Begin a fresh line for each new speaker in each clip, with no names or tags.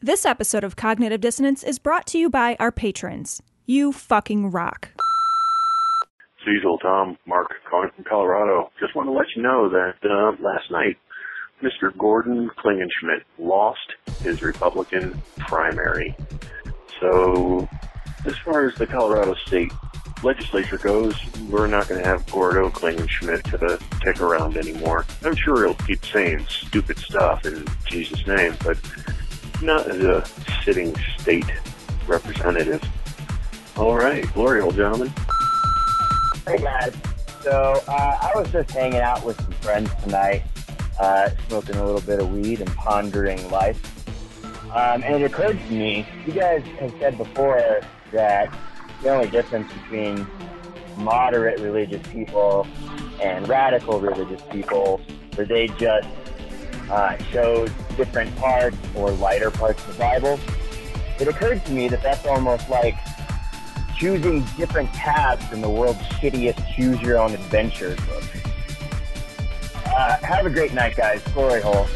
This episode of Cognitive Dissonance is brought to you by our patrons. You fucking rock.
As usual, Tom, Mark, calling from Colorado. Just want to let you know that uh, last night, Mr. Gordon Klingenschmidt lost his Republican primary. So, as far as the Colorado State legislature goes, we're not going to have Gordo Klingenschmidt to the kick around anymore. I'm sure he'll keep saying stupid stuff in Jesus' name, but not as a sitting state representative. All right, glory, old gentlemen.
Hey guys, so uh, I was just hanging out with some friends tonight, uh, smoking a little bit of weed and pondering life. Um, and it occurred to me, you guys have said before that the only difference between moderate religious people and radical religious people were they just uh, shows different parts or lighter parts of the Bible. It occurred to me that that's almost like choosing different paths in the world's shittiest choose your own adventure book. Uh, have a great night, guys. Glory hole.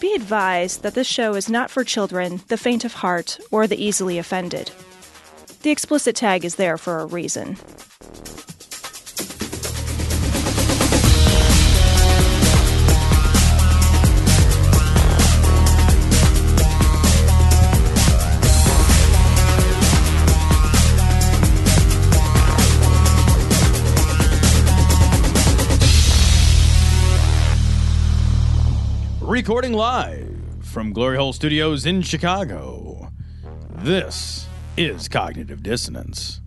Be advised that this show is not for children, the faint of heart, or the easily offended. The explicit tag is there for a reason.
Recording live from Glory Hole Studios in Chicago. This is Cognitive Dissonance.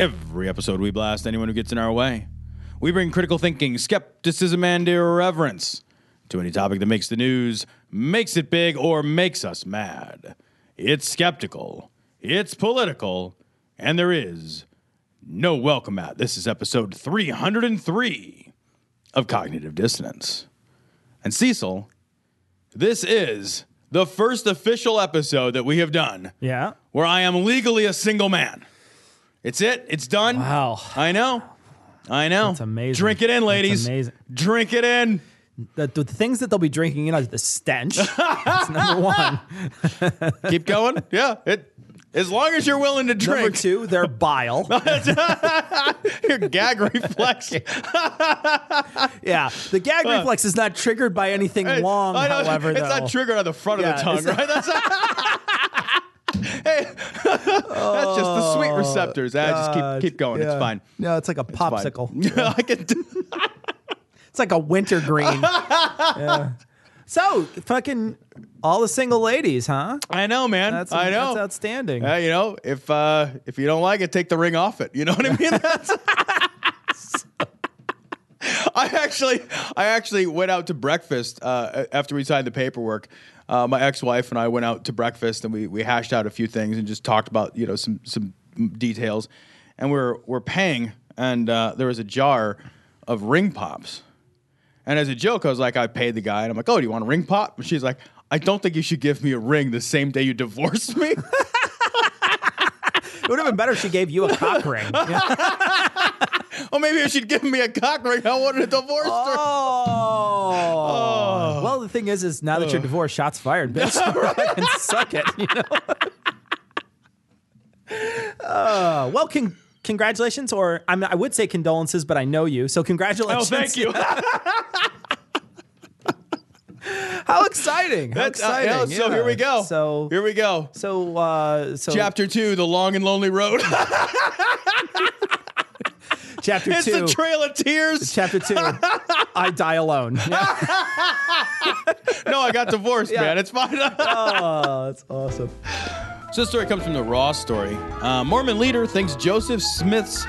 Every episode, we blast anyone who gets in our way. We bring critical thinking, skepticism, and irreverence to any topic that makes the news, makes it big, or makes us mad. It's skeptical, it's political, and there is no welcome out. This is episode 303 of Cognitive Dissonance. And Cecil, this is the first official episode that we have done
Yeah.
where I am legally a single man. It's it. It's done.
Wow.
I know. I know. It's
That's amazing.
Drink it in,
That's
ladies.
amazing.
Drink it in.
The, the things that they'll be drinking in are the stench. That's number one.
Keep going. yeah. It. As long as you're willing to drink.
Number two, their bile.
Your gag reflex.
yeah. The gag reflex is not triggered by anything long,
Uh. I know,
however,
it's
though.
not triggered on the front
Yeah,
of the tongue,
it's-
right? That's Hey, that's just the sweet receptors. I just
Uh,
keep keep going. It's
Oh, yeah.
fine.
No, it's like a
Fine.
popsicle.
I can.
It's like a wintergreen. yeah. So, fucking all the single ladies, huh?
I know, man.
That's,
I know.
that's outstanding.
Yeah, you know, if uh, if you don't like it, take the ring off it. You know what I mean? That's- I actually, I actually went out to breakfast uh, after we signed the paperwork. Uh, my ex-wife and I went out to breakfast, and we we hashed out a few things and just talked about you know some some details. And we're we're paying, and uh, there was a jar of ring pops. And as a joke, I was like, I paid the guy, and I'm like, oh, do you want a ring pop? And she's like, I don't think you should give me a ring the same day you divorced me.
It would have been better if she gave you a cock ring. Yeah.
Oh, maybe you should give me a cock ring. I wanted a divorce.
Oh. Well, the thing is, is now
Oh.
that you're divorced, shots fired, bitch. and suck it, you know. Uh, well, con- congratulations, or I'm, I would say condolences, but I know you, so
Oh,
congratulations.
thank you.
How exciting! How
That's
exciting!
uh, yeah, So
yeah.
here we go.
So
here we go.
so uh, so
Chapter two: The Long and Lonely Road.
chapter
it's
two.
the Trail of Tears.
Chapter two, I die alone. Yeah.
no, I got divorced,
Yeah.
man. It's fine.
Oh, that's awesome.
So this story comes from the Raw story. Uh, Mormon leader thinks Joseph Smith's.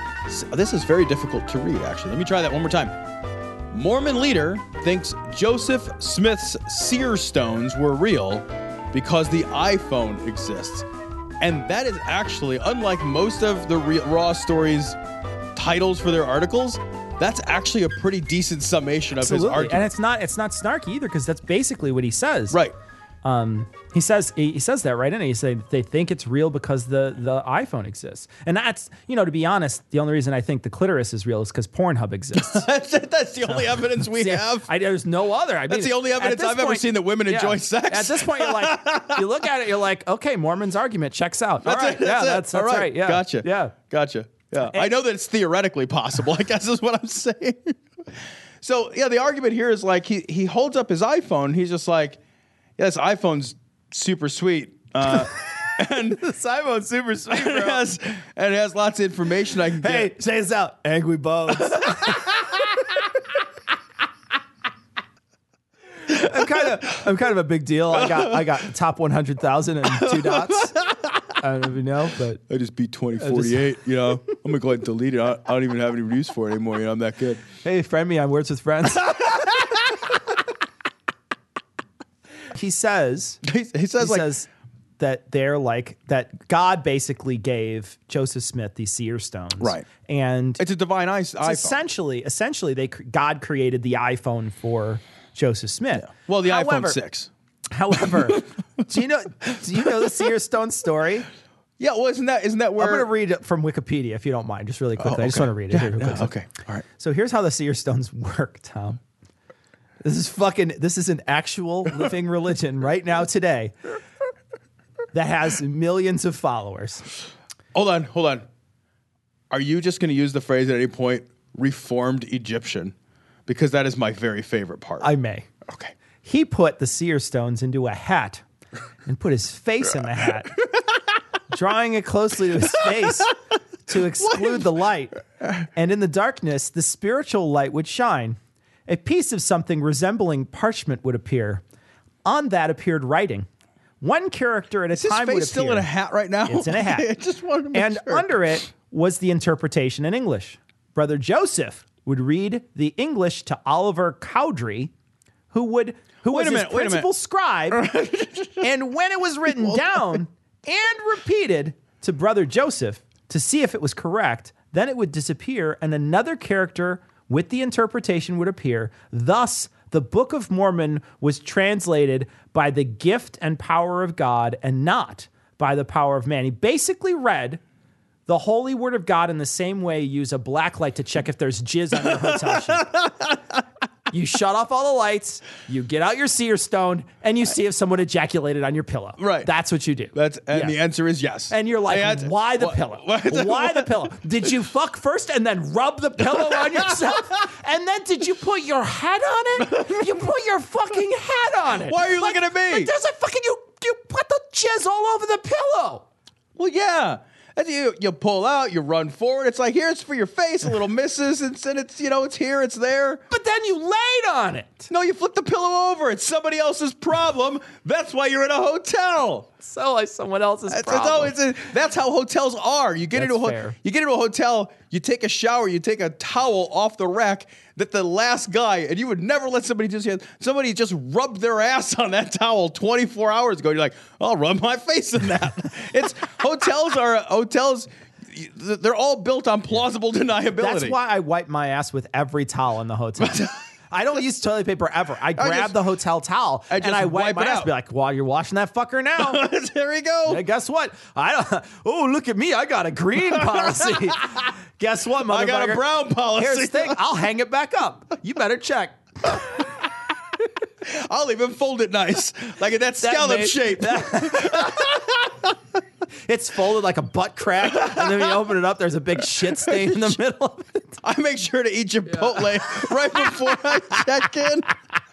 This is very difficult to read, actually. Let me try that one more time. Mormon leader thinks Joseph Smith's seer stones were real because the iPhone exists. And that is actually, unlike most of the re- Raw stories' titles for their articles, that's actually a pretty decent summation of his
Absolutely,
argument.
and it's not it's not snarky either because that's basically what he says.
right.
Um, he says he, he says that right in it. He said they think it's real because the the iPhone exists, and that's you know to be honest, the only reason I think the clitoris is real is because Pornhub exists.
That's, that's the only evidence we have.
I, there's no other. I mean,
That's the only
at
evidence
this
I've ever seen that women enjoy sex.
At this point, you're like, you look at it, you're like, okay, Mormon's argument checks out. All right,
it,
yeah,
it.
that's, that's
All
right. Yeah,
Gotcha.
Yeah.
Gotcha. Yeah. I know that it's theoretically possible, I guess is what I'm saying. so yeah, the argument here is like he he holds up his iPhone, he's just like, Yeah, this iPhone's super sweet. Uh and
Simon's super sweet,
it has and it has lots of information I can get.
say this out, angry bones. I'm kind of, I'm kind of a big deal. I got, I got top 100,000 and two dots. I don't even know, but
I just beat 2048, you know. I'm gonna go ahead and delete it. I, I don't even have any use for it anymore. You know, I'm that good.
hey, friend me on Words with Friends. he says,
He, he says
he
like
says that they're like that God basically gave Joseph Smith these seer stones,
Right.
And
it's a divine i- iPhone.
essentially, essentially, they cr- God created the iPhone for Joseph Smith.
well, the
however,
iPhone six.
However, do you know do you know the seer stone story?
Yeah, well, isn't that isn't that where
I'm going to read it from Wikipedia if you don't mind, just really quickly. I just
Oh,
want
okay.
to read it. here real
No,
quick. So-
okay, all right.
So here's how the seer stones work, Tom. This is fucking. This is an actual living religion right now today that has millions of followers.
Hold on, hold on. Are you just going to use the phrase at any point, reformed Egyptian? Because that is my very favorite part.
I may.
okay.
He put the seer stones into a hat and put his face in the hat, drawing it closely to his face to exclude the light. And in the darkness, the spiritual light would shine. A piece of something resembling parchment would appear. On that appered writing. One character at a
Is his
time would
face
appear.
still in a hat right now?
It's in a hat.
I just wanted to make
and
sure.
under it was the interpretation in English. Brother Joseph would read the English to Oliver Cowdery, who would who was
a
his
minute, wait a
principal
minute.
scribe. and when it was written down and repeated to Brother Joseph to see if it was correct, then it would disappear and another character with the interpretation would appear. Thus, the Book of Mormon was translated by the gift and power of God and not by the power of man. He basically read the holy word of God in the same way you use a black light to check if there's jizz on your hotel sheet. You shut off all the lights, you get out your seer stone, and you see if someone ejaculated on your pillow.
Right.
That's what you do.
That's and
Yeah.
the answer is yes.
And you're like,
And-
why the
wha-
pillow?
what-
why the pillow? Did you fuck first and then rub the pillow on yourself? And then did you put your hat on it? You put your fucking hat on it.
Why are you
Like-
looking at me?
Like there's a fucking you you put the jizz all over the pillow.
Well, yeah. And you you pull out, you run forward. It's like here's for your face, a little misses, and then it's you know it's here, it's there.
But then you laid on it.
No, you flip the pillow over. It's somebody else's problem. That's why you're in a hotel.
So like someone else's
That's, that's,
problem.
always that's how hotels are. You get
That's
into a ho-
fair.
you get into a hotel, you take a shower, you take a towel off the rack that the last guy and you would never let somebody just somebody just rubbed their ass on that towel 24 hours ago. You're like, I'll rub my face in that. it's hotels are hotels. y- They're all built on plausible deniability.
That's why I wipe my ass with every towel in the hotel. I don't use toilet paper ever. I grab
just-
the hotel towel
I
and
just
I wipe,
wipe
my
it
ass.
out.
Be like, "Well, you're washing that fucker now."
there we go.
And guess what? I don't. Oh, look at me! I got a green policy. guess what, motherfucker?
I got a brown policy.
Here's the thing. I'll hang it back up. You better check.
I'll even fold it nice, like in that,
That
scallop
made-
shape.
that- it's folded like a butt crack, and then you open it up. There's a big shit stain in the middle of it.
I make sure to eat Chipotle right before I check in.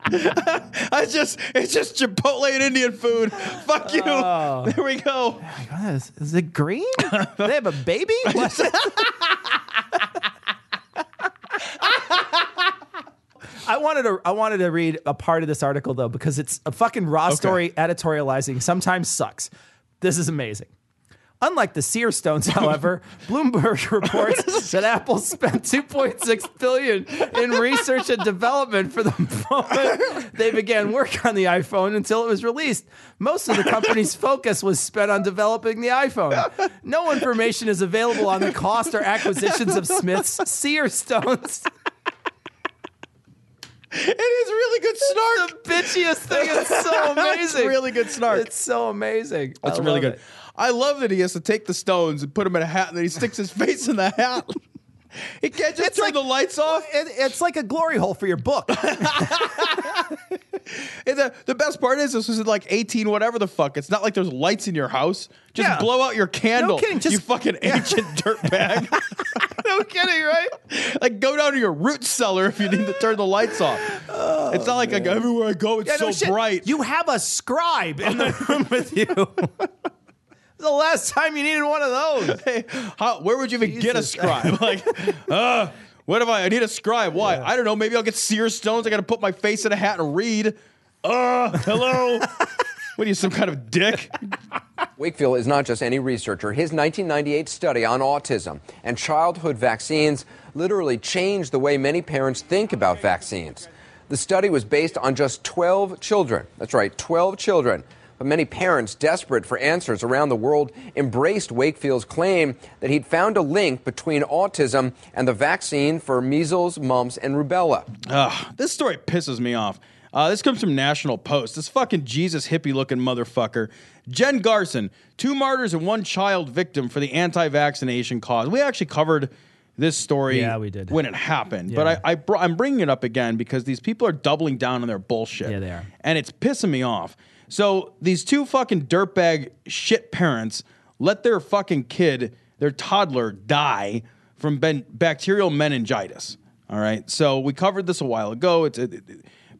I just it's just Chipotle and Indian food. Fuck you.
Oh.
There we go.
What is, is it green? Do they have a baby? What? I wanted to I wanted to read a part of this article though because it's a fucking raw story editorializing sometimes sucks. This is amazing. Unlike the seer stones, however, Bloomberg reports that Apple spent 2.6 billion in research and development for the moment they began work on the iPhone until it was released. Most of the company's focus was spent on developing the iPhone. No information is available on the cost or acquisitions of Smith's seer stones.
It is really good snark.
the bitchiest thing. It's so amazing.
It's really good snark.
It's so amazing.
That's
I
really
love
good.
it.
I love that he has to take the stones and put them in a hat, and then he sticks his face in the hat. He can't just
It's
turn
like-
the lights off.
It, it's like a glory hole for your book.
And the, the best part is this was in like 18 whatever the fuck. It's not like there's lights in your house. Just
Yeah.
blow out your candle.
kidding, just-
you fucking ancient dirtbag.
no kidding, right?
like go down to your root cellar if you need to turn the lights off. it's not like, like everywhere I go it's
Oh, Yeah,
so
no shit.
bright.
You have a scribe in the room with you. the last time you needed one of those.
Hey, how, where would you even get a
Jesus.
scribe? like, uh, what if I, I need a scribe? Why? I don't know. Maybe I'll get seer stones. I got to put my face in a hat and read. Uh, hello. what are you, some kind of dick?
Wakefield is not just any researcher. His 1998 study on autism and childhood vaccines literally changed the way many parents think about vaccines. The study was based on just 12 children. That's right, 12 children. But many parents, desperate for answers around the world, embraced Wakefield's claim that he'd found a link between autism and the vaccine for measles, mumps, and rubella.
This story pisses me off. Uh, this comes from National Post. This fucking Jesus hippie looking motherfucker. Jen Garson, two martyrs and one child victim for the anti vaccination cause. We actually covered this story
Yeah, we did.
when it happened.
Yeah.
But I, I br- I'm bringing it up again because these people are doubling down on their bullshit.
Yeah, they are.
And it's pissing me off. So these two fucking dirtbag shit parents let their fucking kid, their toddler, die from ben- bacterial meningitis. All right. So we covered this a while ago. It's it, it-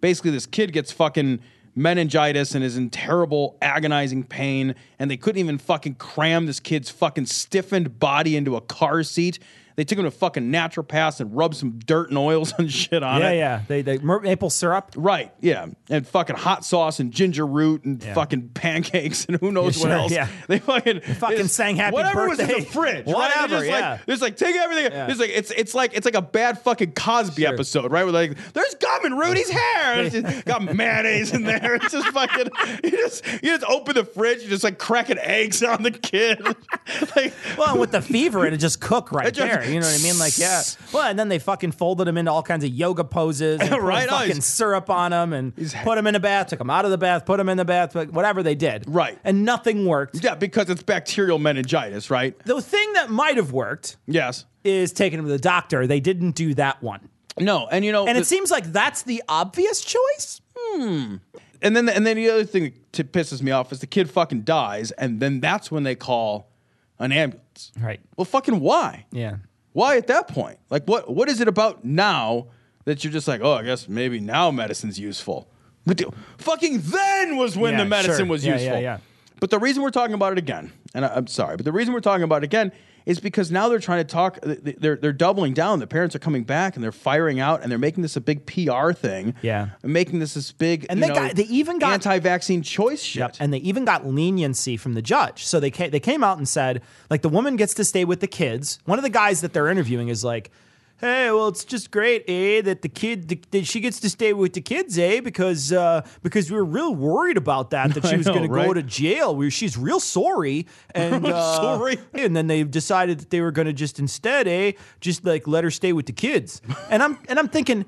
basically this kid gets fucking meningitis and is in terrible agonizing pain and they couldn't even fucking cram this kid's fucking stiffened body into a car seat. They took him to fucking naturopaths and rubbed some dirt and oils and shit on
Yeah,
it.
yeah. They, they mer- maple syrup.
Right, yeah, and fucking hot sauce and ginger root and
Yeah.
fucking pancakes and who knows
Yeah,
what
sure,
else.
yeah.
They fucking they
fucking
just-
sang happy
whatever was in
birthday.
the fridge. right? They
Whatever,
just
yeah.
Like, it's like take everything.
Yeah.
It's like it's it's like it's like a bad fucking Cosby episode, right? Where like there's gum in Rudy's hair. It's just got mayonnaise in there. It's just fucking. You just you just open the fridge. You just like cracking eggs on the kid. like
Well, and with the fever, it'd just cook right
It just-
there. You know what I mean? Like, yeah. Well, and then they fucking folded him into all kinds of yoga poses, and put
Right, oh,
Fucking
he's-
syrup on him, and put him in the bath. Took him out of the bath, put him in the bath, like, whatever they did.
Right.
and nothing worked.
yeah, because it's bacterial meningitis, right?
The thing that might have worked
Yes.
is taking him to the doctor. They didn't do that one,
No, and you know,
and
the-
it seems like that's the obvious choice. Hmm.
and then and then the other thing that pisses me off is the kid fucking dies, and then that's when they call an ambulance.
Right.
Well, fucking why?
Yeah.
Why at that point? Like, what what is it about now that you're just like, oh, I guess maybe now medicine's useful? But do, fucking then was when
Yeah,
the medicine
sure.
was
Yeah,
useful.
yeah, yeah.
But the reason we're talking about it again, and I, I'm sorry, but the reason we're talking about it again is because now they're trying to talk. th- They're they're doubling down. The parents are coming back and they're firing out and they're making this a big PR thing.
Yeah.
and making this this big.
And
you
they
know,
got- they even got-
anti-vaccine choice shit.
Yep. And they even got leniency from the judge. So they came, they came out and said, like, the woman gets to stay with the kids. One of the guys that they're interviewing is like, hey, well, it's just great, eh, that the kid, the, that she gets to stay with the kids, eh, because uh, because we were real worried about that, that she was
know,
going to go
right?
to jail. We, she's real sorry. And, uh,
Sorry.
And then they decided that they were going to just instead, eh, just like let her stay with the kids. And I'm and I'm thinking,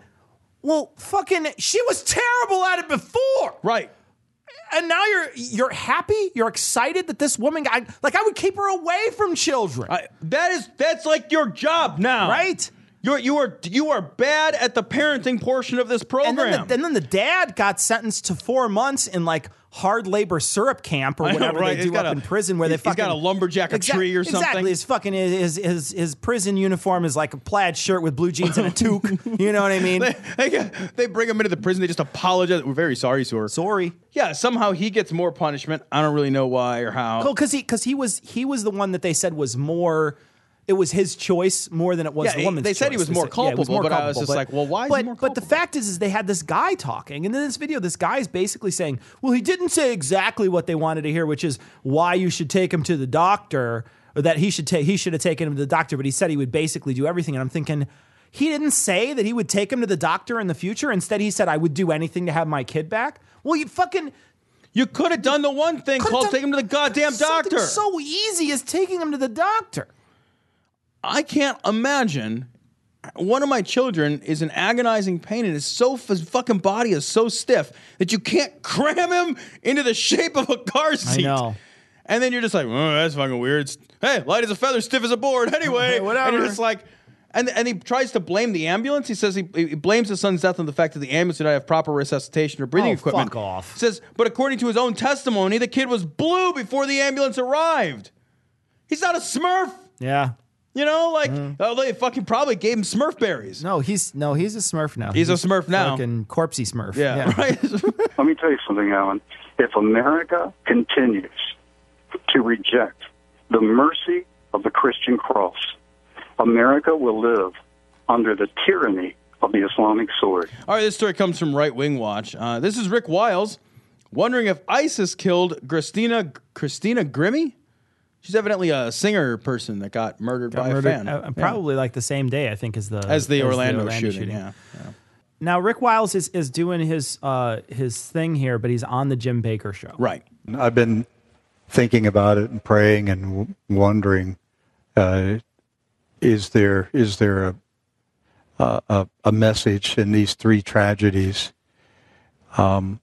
well, fucking, she was terrible at it before
right.
and now you're you're happy, you're excited that this woman got like I would keep her away from children,
I, that is that's like your job now,
right?
You're you are you are bad at the parenting portion of this program.
And then, the, and then the dad got sentenced to four months in like hard labor syrup camp or
I know,
whatever
right?
they
He's
do
got
up
a-
in prison where they
he's- he's
fucking
got a lumberjack, a
Exact-
tree or something.
Exactly, his fucking his, his his prison uniform is like a plaid shirt with blue jeans and a toque. you know what I mean?
they, they get- they bring him into the prison. They just apologize. We're very sorry, sir.
Sorry.
yeah, somehow he gets more punishment. I don't really know why or how.
Well, because he because he was he was the one that they said was more. It was his choice more than it was
Yeah,
the
he-
woman's.
they said he
choice.
was more
said- yeah, it
culpable, but I was just like, well, why is he
But
more
but the
culpable?
fact is, is they had this guy talking, and in this video, this guy is basically saying, well, he didn't say exactly what they wanted to hear, which is why you should take him to the doctor, or that he should take he should have taken him to the doctor, but he said he would basically do everything, and I'm thinking. He didn't say that he would take him to the doctor in the future. Instead, he said, "I would do anything to have my kid back." Well, you fucking
You could have done the one thing
Could've
called
done
take him to the goddamn
something
doctor.
So easy as taking him to the doctor.
I can't imagine one of my children is in agonizing pain and his, so, his fucking body is so stiff that you can't cram him into the shape of a car seat.
know.
And then you're just like, oh, that's fucking weird. It's- hey, light as a feather, stiff as a board. Anyway,
Hey, whatever.
And you're just like, and, and he tries to blame the ambulance. He says he, he blames his son's death on the fact that the ambulance did not have proper resuscitation or breathing
Oh,
equipment.
fuck off.
Says, but according to his own testimony, the kid was blue before the ambulance arrived. He's not a Smurf.
Yeah.
You know, like oh, they fucking probably gave him Smurf berries.
Mm-hmm. No, he's no, he's a Smurf now.
He's a Smurf now.
Fucking corpsey Smurf.
yeah, right.
Let me tell you something, Alan. If America continues to reject the mercy of the Christian cross, America will live under the tyranny of the Islamic sword.
All right, this story comes from Right Wing Watch. Uh, this is Rick Wiles wondering if ISIS killed Christina Christina Grimmie. She's evidently a singer person that got murdered by
Murdered,
a fan.
uh,
Yeah.
probably like the same day, I think, as the
as the Orlando, shooting. Yeah.
Now Rick Wiles is, is doing his uh, his thing here, but he's on the Jim Baker show.
Right.
I've been thinking about it and praying and w- wondering, uh, is there is there a, a a- a message in these three tragedies? Um,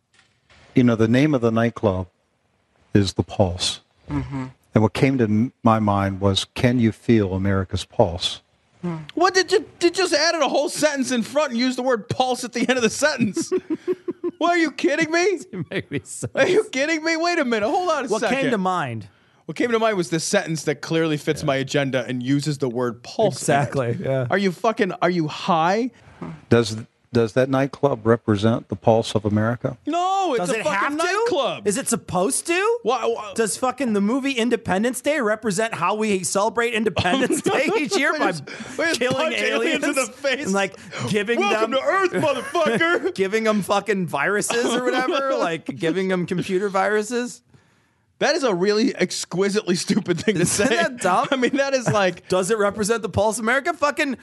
you know, the name of the nightclub is the Pulse, and what came to m- my mind was, "Can you feel America's pulse?"
Hmm. What did you, did you just added a whole sentence in front and used the word pulse at the end of the sentence? what are you kidding me?
Make me so-
Are you kidding me? Wait a minute. Hold on a
What
second.
came to mind?
What came to mind was this sentence that clearly fits my agenda and uses the word pulse. in it.
Exactly, yeah.
Are you fucking? Are you high?
Does does that nightclub represent the pulse of America?
No, it's
Does
a
it have
fucking
to?
nightclub.
Is it supposed to?
Why- why-
Does fucking the movie Independence Day represent how we celebrate Independence Day each year
We
by
just- we just
killing
punch aliens in the face.
and like giving
Welcome
them
to Earth, motherfucker.
giving them fucking viruses or whatever, like giving them computer viruses?
that is a really exquisitely stupid thing to say.
Isn't that dumb?
I mean, that is like
Does it represent the pulse of America? Fucking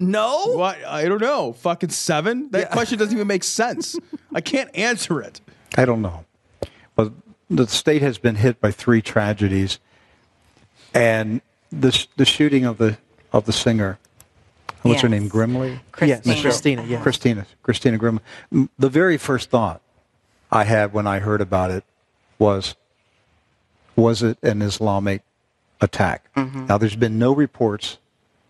no.
what? I don't know. Fucking seven. That question doesn't even make sense. I can't answer it.
I don't know. But the state has been hit by three tragedies, and the sh- the shooting of the of the singer. What's her
Yes.
name? Grimley.
Christina.
Michelle.
Christina, yes.
Christina. Christina Grimley. M- The very first thought I had when I heard about it was, was it an Islamic attack?
Mm-hmm.
Now, there's been no reports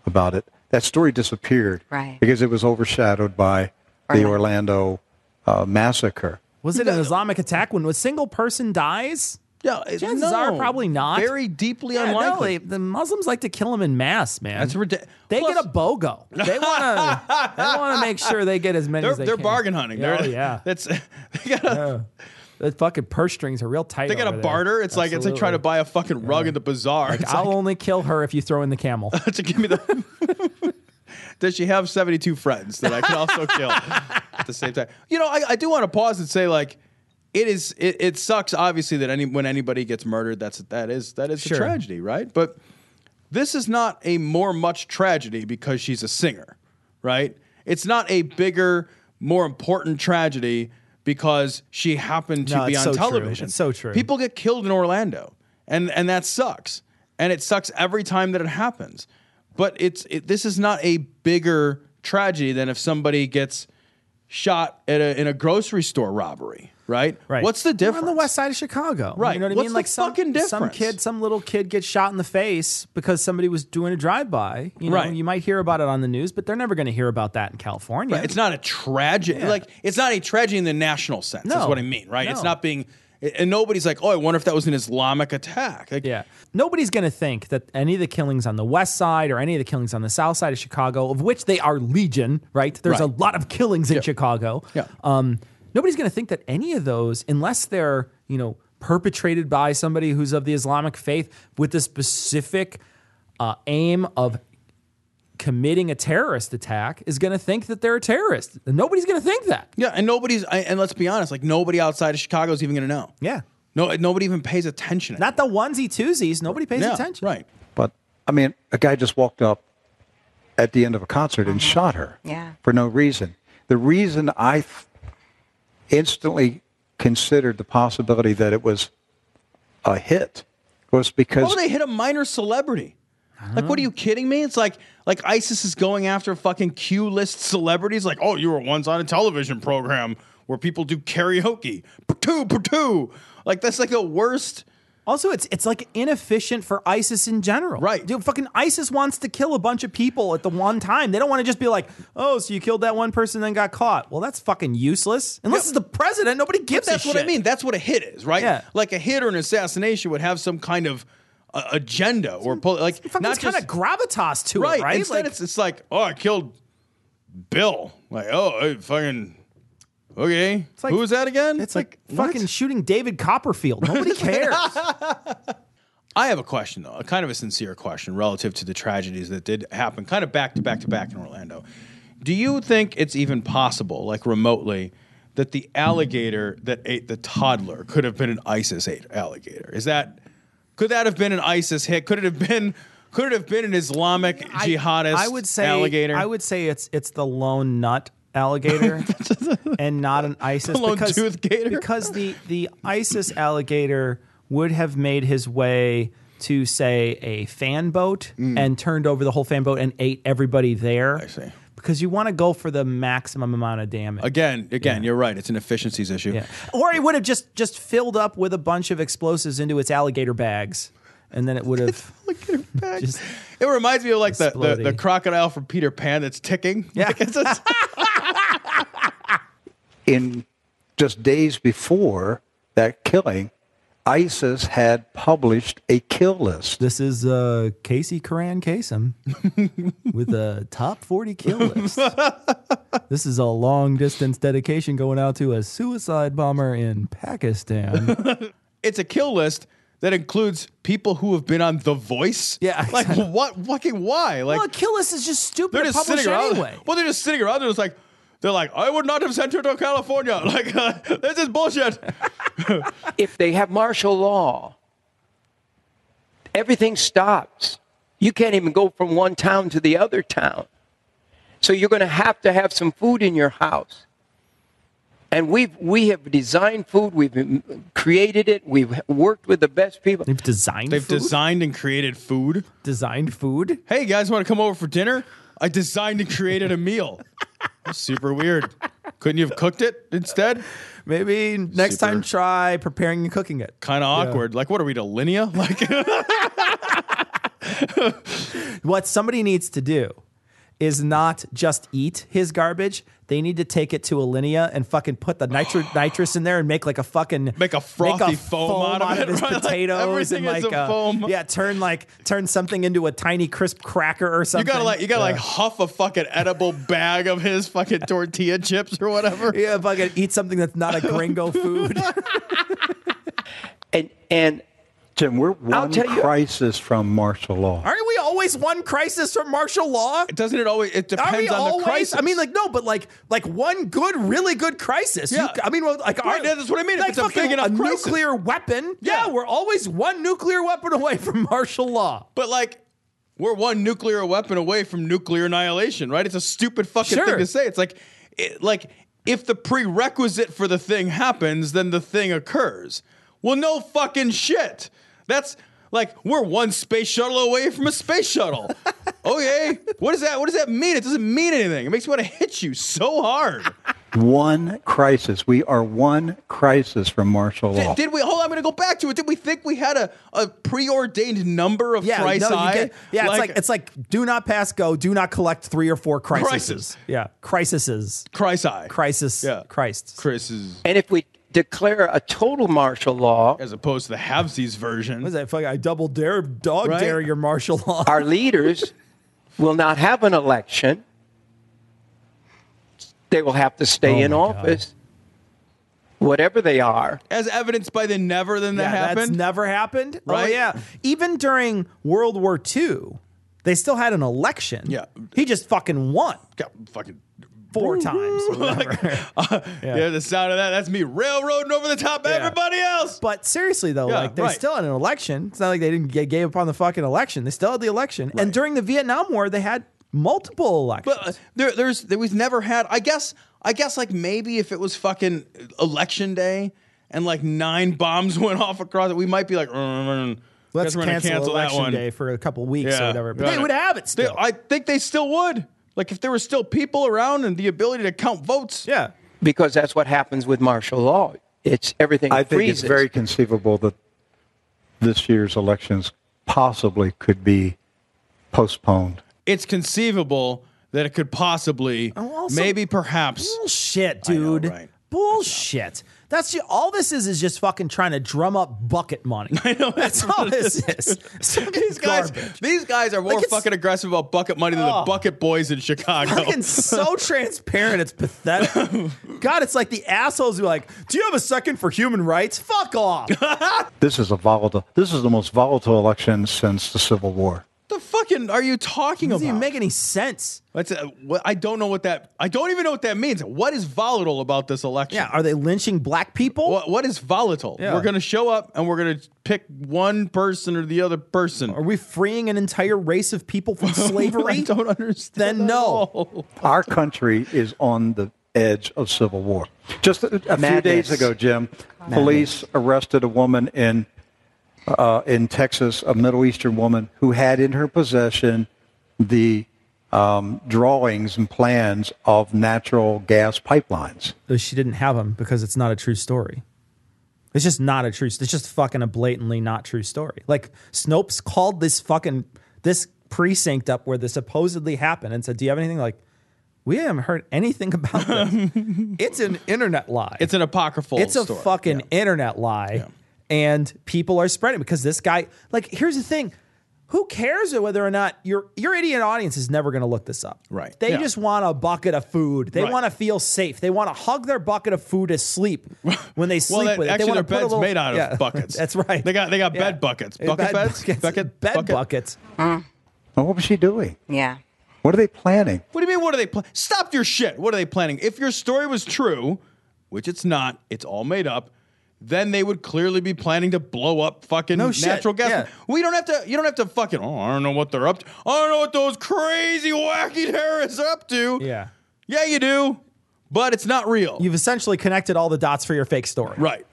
about it. That story disappeared
Right.
because it was overshadowed by the Orlando uh, massacre.
Was it an Islamic attack when a single person dies?
Yeah, it-
Chances
no.
are probably not.
Very deeply
Yeah, no,
unlikely.
they- the Muslims like to kill them in mass, man.
That's ridiculous.
They get a BOGO. They want to. they want to make sure they get as many.
They're,
as they
they're
can.
bargain hunting.
Yeah,
They're,
oh, yeah.
That's they got a
The fucking purse strings are real tight.
they got
over there.
a barter. It's like it's like trying to
Absolutely.
buy a fucking rug at the bazaar. It's
I'll
like-
only kill her if you throw in the camel.
to give me the. Does she have 72 friends that I can also kill at the same time? You know, I, I do want to pause and say like, it is it, it sucks obviously that any when anybody gets murdered that's that is that is
Sure.
a tragedy right but this is not a more much tragedy because she's a singer right it's not a bigger more important tragedy because she happened to
No,
be
it's
on
so true.
television
It's so true.
people people get killed in Orlando, and and that sucks, and it sucks every time that it happens. But it's it, this is not a bigger tragedy than if somebody gets shot at a, in a grocery store robbery, right?
Right.
What's the difference?
We're on the west side of Chicago.
Right.
You know what I
What's
mean?
the
Like some,
fucking
some
difference?
kid, some little kid gets shot in the face because somebody was doing a drive by. You know,
Right.
you might hear about it on the news, but they're never going to hear about that in California.
It's not a tragedy. Like it's not a tragedy in the national sense. That's
No.
what I mean, right? It's
No.
not being. And nobody's like, oh, I wonder if that was an Islamic attack. Like,
Yeah. Nobody's going to think that any of the killings on the west side or any of the killings on the south side of Chicago, of which they are legion, right? There's a
Right.
lot of killings in Chicago.
Yeah.
Um, nobody's going to think that any of those, unless they're, you know, perpetrated by somebody who's of the Islamic faith with the specific uh, aim of committing a terrorist attack, is going to think that they're a terrorist. Nobody's going to think that.
Yeah, and nobody's. I- And let's be honest, like nobody outside of Chicago is even going to know.
Yeah.
No, nobody even pays attention.
Not the onesie twosies. Nobody pays
Yeah,
attention.
Right.
But I mean, a guy just walked up at the end of a concert and shot her
Uh-huh. Yeah.
for no reason. The reason I th- instantly considered the possibility that it was a hit was
Oh,
because
Why would they hit a minor celebrity? Like, what are you kidding me? It's like like ISIS is going after fucking Q list celebrities. Like, oh, you were once on a television program where people do karaoke. Patu, patu. Like that's like the worst.
Also, it's it's like inefficient for ISIS in general.
Right.
Dude, fucking ISIS wants to kill a bunch of people at the one time. They don't want to just be like, oh, so you killed that one person then got caught. Well, that's fucking useless. Unless it's the president, nobody gives
That's
a
what
shit.
I mean. That's what a hit is, right?
Yeah.
Like a hit or an assassination would have some kind of uh, agenda or poli- like
Fucking
not
kind
just
of gravitas to
right.
it, right?
Instead,
Like-
it's it's like, oh, I killed Bill. Like, oh, I fucking okay.
like-
Who was that again?
It's like,
what?
fucking shooting David Copperfield. Nobody cares.
I have a question though, a kind of a sincere question relative to the tragedies that did happen, kind of back to back to back in Orlando. Do you think it's even possible, like remotely, that the alligator that ate the toddler could have been an ISIS ate alligator? Is that could that have been an ISIS hit? Could it have been? Could it have been an Islamic jihadist?
I would say
alligator.
I would say it's it's the lone nut alligator and not an ISIS
The lone
because,
tooth gator?
because the the ISIS alligator would have made his way to say a fan boat and turned over the whole fan boat and ate everybody there. I
Mm. see.
Because you want to go for the maximum amount of damage.
again. Again, you're right. It's an efficiencies issue.
Yeah. Or it would have just just filled up with a bunch of explosives into its alligator bags, and then it would have.
Alligator bags.
Just-
it reminds me of like the, the, the
Explodey.
crocodile from Peter Pan that's ticking.
Yeah.
Like, it's just-
in just days before that killing, ISIS had published a kill list.
This is uh, Casey Karan Kasem with a top 40 kill list. this is a long distance dedication going out to a suicide bomber in Pakistan.
it's a kill list that includes people who have been on The Voice.
Yeah,
like
exactly.
what? Fucking why? Like
well, a kill list is just stupid
they're
to
just
publish
sitting around.
anyway.
Well, they're just sitting around. They're just like they're like, I would not have sent her to California. Like uh, this is bullshit.
if they have martial law, everything stops. You can't even go from one town to the other town. So you're going to have to have some food in your house. And we've, we have designed food, we've mm, created it, we've worked with the best people.
They've designed
They've
food?
designed and created food.
designed food.
Hey guys, want to come over for dinner? I designed and created a meal. That's super weird. Couldn't you have cooked it instead?
Maybe next
Super.
time try preparing and cooking it.
Kind of awkward. Like, what are we to linea? Like,
What somebody needs to do is not just eat his garbage. They need to take it to Alinea and fucking put the nitri- nitrous in there and make like a fucking
Make a frothy foam out of it,
his
right? Like,
potatoes
everything
and
is
like
a
uh,
foam.
yeah, turn like turn something into a tiny crisp cracker or
you
something.
gotta like, you gotta
Yeah.
like huff a fucking edible bag of his fucking tortilla chips or whatever.
yeah, fucking eat something that's not a gringo food.
And, and
Jim, we're one
tell you-
crisis from martial law.
Aren't we always one crisis from martial law?
Doesn't it always? It
Are we
depends on
always?
the crisis.
I mean, like no, but like like one good, really good crisis. You-
Yeah.
I mean, well, like
Right,
our-
that's what I mean. If
Like
it's a big
fucking
enough crisis.
nuclear weapon. Yeah.
Yeah.
we're always one nuclear weapon away from martial law.
but like, we're one nuclear weapon away from nuclear annihilation, right? It's a stupid fucking
Sure.
thing to say. It's like, it, like if the prerequisite for the thing happens, then the thing occurs. Well, no fucking shit. That's like we're one space shuttle away from a space shuttle. okay, what does that? What does that mean? It doesn't mean anything. It makes me want to hit you so hard.
One crisis. We are one crisis from martial law.
Did, did we? Hold on, I'm going to go back to it. Did we think we had a, a preordained number of
Yeah, no,
Christ
you
eye?
get, yeah. it's like it's like do not pass go, do not collect three or four crises.
Crisis.
Yeah, crises,
Christ eye.
crisis,
Yeah.
Christ.
Chris is
and if we declare a total martial law,
as opposed to the Havsies version.
What is that? Fucking, I double dare, dog
Right?
dare your martial law.
our leaders will not have an election. They will have
Oh
to stay in office, whatever they are.
As evidenced by the never then that
yeah,
happened.
That's never happened. Oh
Right?
yeah. Even during World War II, they still had an election.
Yeah.
He just fucking won
Got fucking
four times. or whatever.
uh, yeah. the sound of that. That's me railroading over the top of
Yeah.
everybody else.
But seriously though,
Yeah,
like they
right.
still had an election. It's not like they didn't g- gave up on the fucking election. They still had the election. And during the Vietnam War, they had multiple elections.
But uh, there, there's there was never had. I guess I guess like maybe if it was fucking election day and like nine bombs went off across it, we might be like. "Mm, mm, mm." Guess
let's
we're
cancel,
gonna cancel that
election
one.
day for a couple weeks
Yeah.
or whatever. But
Right.
they would have it
They-
still.
I think they still would. Like if there were still people around and the ability to count votes.
Yeah.
because that's what happens with martial law. It's everything
I think
freezes.
it's very conceivable that this year's elections possibly could be postponed.
It's conceivable that it could possibly,
Oh, also-
maybe, perhaps.
Bullshit,
I know,
dude.
right.
Bullshit. That's ju- all this is is just fucking trying to drum up bucket money. I know. That's all this is. It's fucking
These guys,
garbage.
these guys are more
Like it's-
fucking aggressive about bucket money than the
Oh.
bucket boys in Chicago.
fucking so transparent. It's pathetic. God, it's like the assholes who are like, do you have a second for human rights? Fuck off.
This is a volatile. This is the most volatile election since the Civil War.
the fucking are you talking
doesn't even
about?
make any sense.
That's a, what, I don't know what that. I don't even know what that means. What is volatile about this election?
Yeah, are they lynching black people?
What, what is volatile?
Yeah.
We're going to show up and we're going to pick one person or the other person.
Are we freeing an entire race of people from slavery?
I don't understand.
Then
that at
no.
all.
Our country is on the edge of civil war. Just a, a few
Madness.
days ago, Jim, police arrested a woman in uh, in Texas, a Middle Eastern woman who had in her possession the um, drawings and plans of natural gas pipelines.
Though she didn't have them because it's not a true story. It's just not a true. It's just fucking a blatantly not true story. Like Snopes called this fucking this precinct up where this supposedly happened and said, "Do you have anything?" Like, we haven't heard anything about this. it's an internet lie.
It's an apocryphal.
It's a
story.
fucking internet lie. And people are spreading it because this guy, like, here's the thing. Who cares whether or not your your idiot audience is never going to look this up?
Right.
They
Yeah.
just want a bucket of food. They
Right.
want to feel safe. They want to hug their bucket of food to sleep when they sleep
Well, that,
with it. They
actually,
wanna
their
put a
bed's
little-
made out of
Yeah.
buckets.
That's right.
They got they got
Yeah.
bed buckets,
Yeah,
bucket
bed
beds,
buckets.
bucket
bed
bucket.
buckets.
Now, what was she doing?
Yeah.
What are they planning?
What do you mean? What are they planning? Stop your shit. What are they planning? If your story was true, which it's not, it's all made up. Then they would clearly be planning to blow up fucking
No shit,
natural gas.
yeah.
We don't have to. You don't have to fucking. Oh, I don't know what they're up to. I don't know what those crazy wacky terrorists are up to.
Yeah.
Yeah, you do, but it's not real.
You've essentially connected all the dots for your fake story.
right.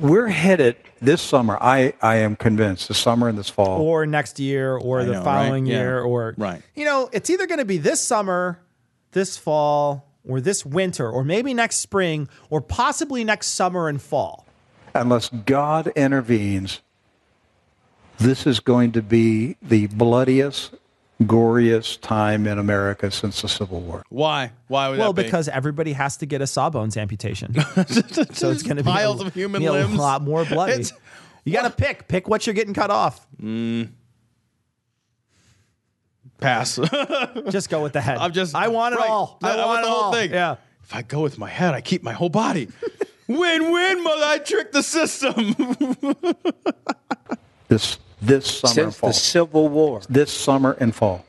We're headed this summer. I, I am convinced this summer and this fall.
or next year or the
know, right?
following
Yeah.
year or
Right.
you know it's either going to be this summer this fall or this winter or maybe next spring or possibly next summer and fall
unless God intervenes, this is going to be the bloodiest, goriest time in America since the Civil War.
Why? Why would
well
that be?
because everybody has to get a sawbones amputation so it's going to be
piles
a,
of human
be a
limbs.
lot more bloody
It's- Mm.
you got to pick pick what you're getting cut off
Pass.
just go with the head
I'm just.
i want it
right.
all
I, I want
it
the whole
all.
thing.
yeah
If I go with my head, I keep my whole body. win win, mother. I tricked the system.
This this summer and
since
fall.
the Civil War.
this summer and fall.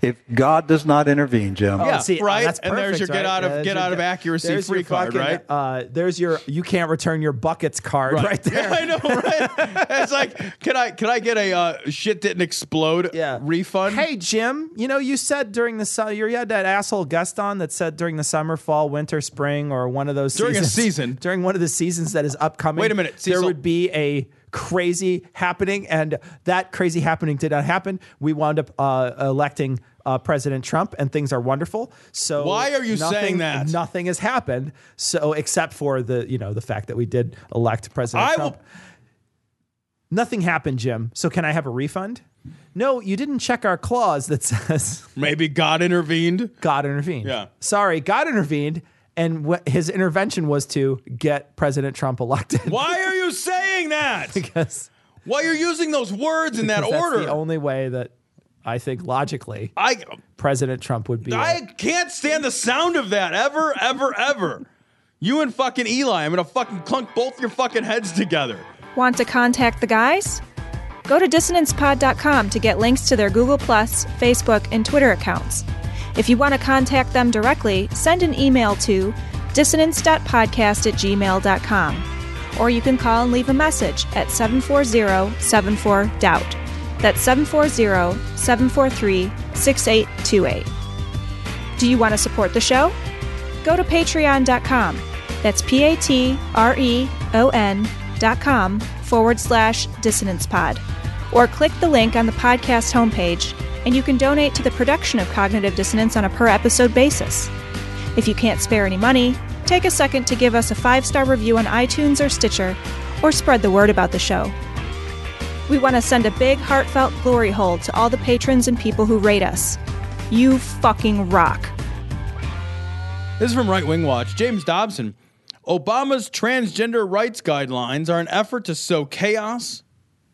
If God does not intervene, Jim,
Yeah,
Oh, see, oh,
right?
that's
And there's
perfect,
your
right?
get out of-
Yeah, there's
get
your-
out of accuracy
there's your
free card,
fucking,
right?
Uh, there's your you can't return your buckets card right, there.
Yeah, I know, right? it's like, can I can I get a uh, shit didn't explode
yeah.
refund?
Hey Jim, you know you said during the summer you had that asshole guest on that said during the summer, fall, winter, spring, or one of those
During a
seasons,
season.
during one of the seasons that is upcoming.
Wait a minute, Cecil.
there would be a crazy happening, and that crazy happening did not happen. We wound up uh, electing. Uh, President Trump and things are wonderful. So
Why are you
nothing-
saying that?
Nothing has happened. So except for the you know the fact that we did elect President
I
Trump.
will-
Nothing happened, Jim. So can I have a refund? No, you didn't check our clause that says
Maybe God intervened.
God intervened.
Yeah.
Sorry, God intervened, and what his intervention was to get President Trump elected.
Why are you saying that?
Because
Why you're using those words in that
that's
order?
the only way that I think logically
I
President Trump would be.
I can't stand the sound of that ever, ever, ever. You and fucking Eli, I'm gonna fucking clunk both your fucking heads together.
Want to contact the guys? Go to dissonancepod.com to get links to their Google, Facebook, and Twitter accounts. If you want to contact them directly, send an email to dissonance.podcast at gmail.com. Or you can call and leave a message at 740 74 Doubt. That's 740 743 6828. Do you want to support the show? go to patreon.com. That's P A T R E O N facebook.com forward slash dissonance pod. Or click the link on the podcast homepage, and you can donate to the production of Cognitive Dissonance on a per episode basis. If you can't spare any money, take a second to give us a five star review on iTunes or Stitcher, or spread the word about the show. We want to send a big, heartfelt glory hole to all the patrons and people who rate us. You fucking rock.
This is from Right Wing Watch. James Dobson. Obama's transgender rights guidelines are an effort to sow chaos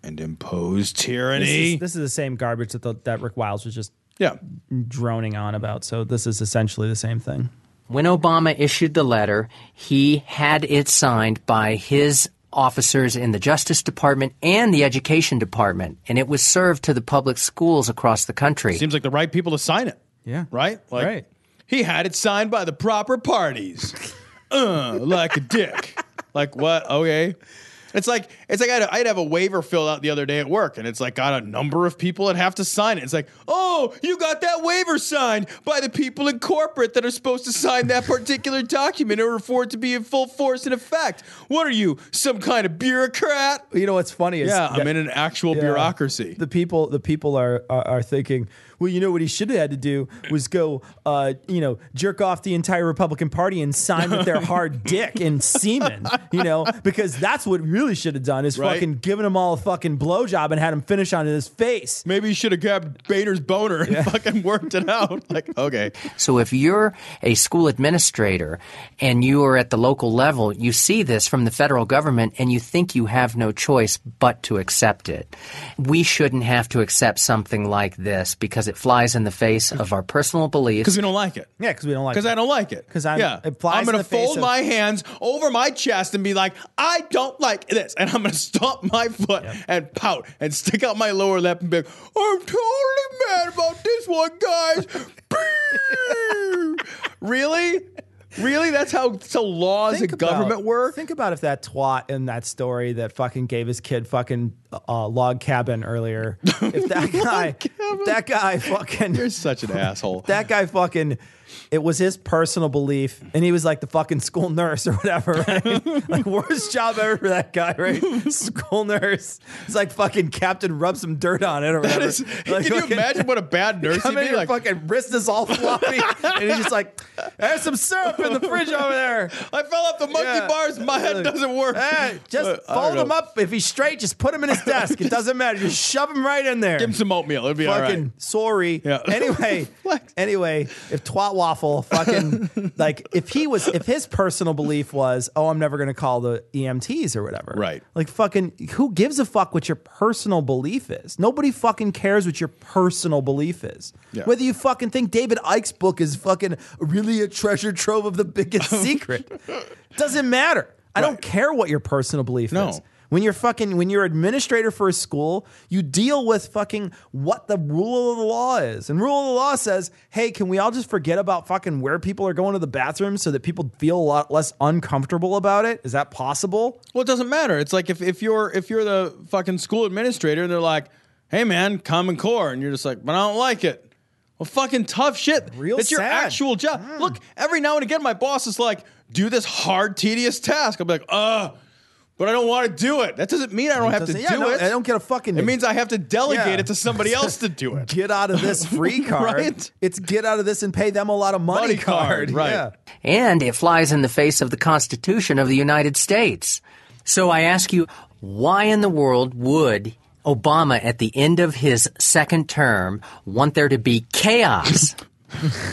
and impose
This
tyranny.
is, this is the same garbage that, the, that Rick Wiles was just
yeah.
droning on about. So this is essentially the same thing.
When Obama issued the letter, he had it signed by his officers in the Justice Department and the Education Department, and it was served to the public schools across the country.
Seems like the right people to sign it.
Yeah.
Right? Like,
Right.
He had it signed by the proper parties. uh, like a dick. like what? Okay. It's like it's like I'd, I'd have a waiver filled out the other day at work, and it's like got a number of people that have to sign it. It's like, oh, you got that waiver signed by the people in corporate that are supposed to sign that particular document in order for it to be in full force and effect. What are you, some kind of bureaucrat?
You know what's funny is
Yeah,
that-
I'm in an actual
Yeah.
bureaucracy.
The people, the people are, are are thinking. Well, you know what he should have had to do was go, uh, you know, jerk off the entire Republican Party and sign with their hard dick and semen. You know, because that's what really should have done is
Right.
fucking giving them all a fucking blowjob and had him finish on his face.
Maybe you should have grabbed Boehner's boner and fucking worked it out. Like, okay.
So if you're a school administrator and you are at the local level, you see this from the federal government and you think you have no choice but to accept it. We shouldn't have to accept something like this because it flies in the face of our personal beliefs.
Because we don't like it.
Yeah, because we don't like.
Because I don't like it.
'Cause I'm-
yeah.
it flies
I'm gonna
in the face
fold
of-
my hands over my chest and be like, I don't like this. And I'm going to stomp my foot and pout and stick out my lower lip and be like, I'm totally mad about this one, guys. really? Really? That's how, that's how laws and government
about,
work?
Think about if that twat in that story that fucking gave his kid fucking uh, log cabin earlier. If that guy, if that guy fucking.
You're such an asshole.
that guy fucking it was his personal belief and he was like the fucking school nurse or whatever right? like worst job ever for that guy right school nurse it's like fucking captain rub some dirt on it or whatever
That is-
like,
can you
fucking-
imagine what a bad nurse he'd
Come in
be
here,
like?
fucking wrist is all floppy, and he's just like, "There's some syrup in the fridge over there."
I fell off the monkey
Yeah.
bars. My head
Like,
doesn't work.
"Eh, just
I don't
fold him
know.
up. If he's straight, just put him in his desk. It doesn't matter. Just shove him right in there.
Give him some oatmeal. It'd be
fucking sorry.
Yeah.
Anyway,
Flex.
anyway, if twat waffle fucking like if he was if his personal belief was, oh, I'm never gonna call the EMTs or whatever.
Right.
Like fucking who gives a fuck what your personal belief is? Nobody fucking cares what your personal belief is.
Yeah.
Whether you fucking think David Ike's book is fucking really a treasure trove of the biggest secret. Doesn't matter. I don't care what your personal belief
No.
is. When you're fucking when you're administrator for a school, you deal with fucking what the rule of the law is. And rule of the law says, "Hey, can we all just forget about fucking where people are going to the bathroom so that people feel a lot less uncomfortable about it? Is that possible?"
Well, it doesn't matter. It's like if, if you're if you're the fucking school administrator and they're like, "Hey, man, Common Core," and you're just like, "But I don't like it." Well, fucking tough shit.
Real
It's your
sad.
actual job. Look, every now and again, my boss is like, "Do this hard, tedious task." I'll be like, "Ugh." But I don't want to do it. That doesn't mean I don't have to
Doesn't-
do
yeah, no,
it.
I don't get a fucking
It means I have to delegate
Yeah.
it to somebody else to do it.
get out of this free card.
Right?
It's get out of this and pay them a lot of money,
Money card, right.
Yeah.
and it flies in the face of the Constitution of the United States. So I ask you, why in the world would Obama, at the end of his second term, want there to be chaos?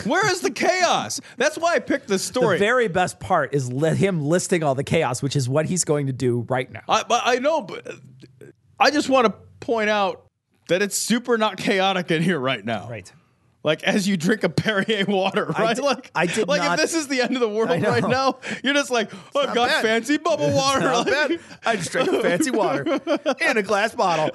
Where is the chaos? That's why I picked this
The
story.
very best part is let him listing all the chaos, which is what he's going to do right now.
I, but I know, but I just want to point out that it's super not chaotic in here right now. Like as you drink a Perrier water, right?
did-
like
I did
Like
not-
if this is the end of the world
I know.
right now, you're just like, oh, I've got
bad.
fancy bubble water.
Not
Like,
bad. I just drank a fancy water in a glass bottle.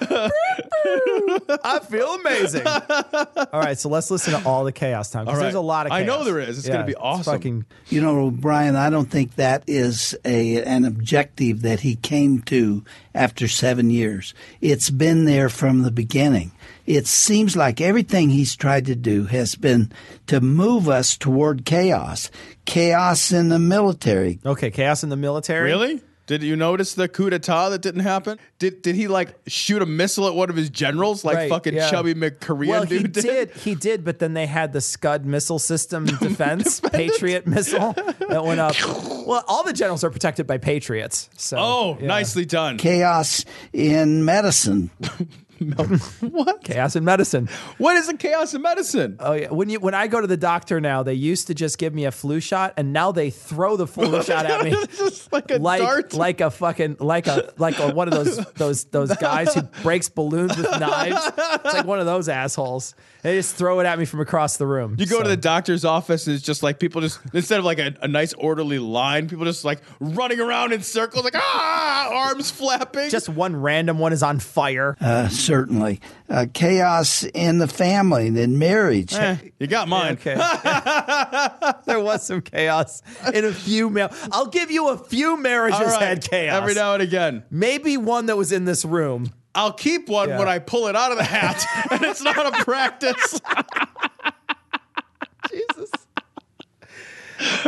I feel amazing. All right, so let's listen to all the chaos time. 'cause
All right.
There's a lot of chaos.
I know there is. It's gonna be
it's
awesome.
fucking-
You know, Brian, I don't think that is a an objective that he came to after seven years. It's been there from the beginning. It seems like everything he's tried to do has been to move us toward chaos. Chaos in the military,
okay, chaos in the military.
Really? Did you notice the coup d'etat that didn't happen? Did did he like shoot a missile at one of his generals like
Right,
fucking
yeah.
chubby McKorean
well,
dude
he did. He did, but then they had the Scud missile system defense, Patriot missile that went up. Well, all the generals are protected by Patriots. So,
Oh, nicely done.
Chaos in medicine.
chaos in medicine.
What is the chaos in medicine?
Oh yeah. When you when I go to the doctor now, they used to just give me a flu shot, and now they throw the flu shot at me.
This is like a
like
dart.
like a fucking like a like a, one of those those those guys who breaks balloons with knives. It's like one of those assholes. They just throw it at me from across the room.
you go
So-
to the doctor's office and it's just like people just instead of like a, a nice orderly line, people just like running around in circles, like ah, arms flapping.
just one random one is on fire.
Uh, certainly, uh, chaos in the family, and in marriage.
Eh, you got mine.
Okay. there was some chaos in a few mar- I'll give you a few marriages
All right.
had chaos.
every now and again.
Maybe one that was in this room.
I'll keep one
Yeah.
when I pull it out of the hat, and it's not a practice.
Jesus.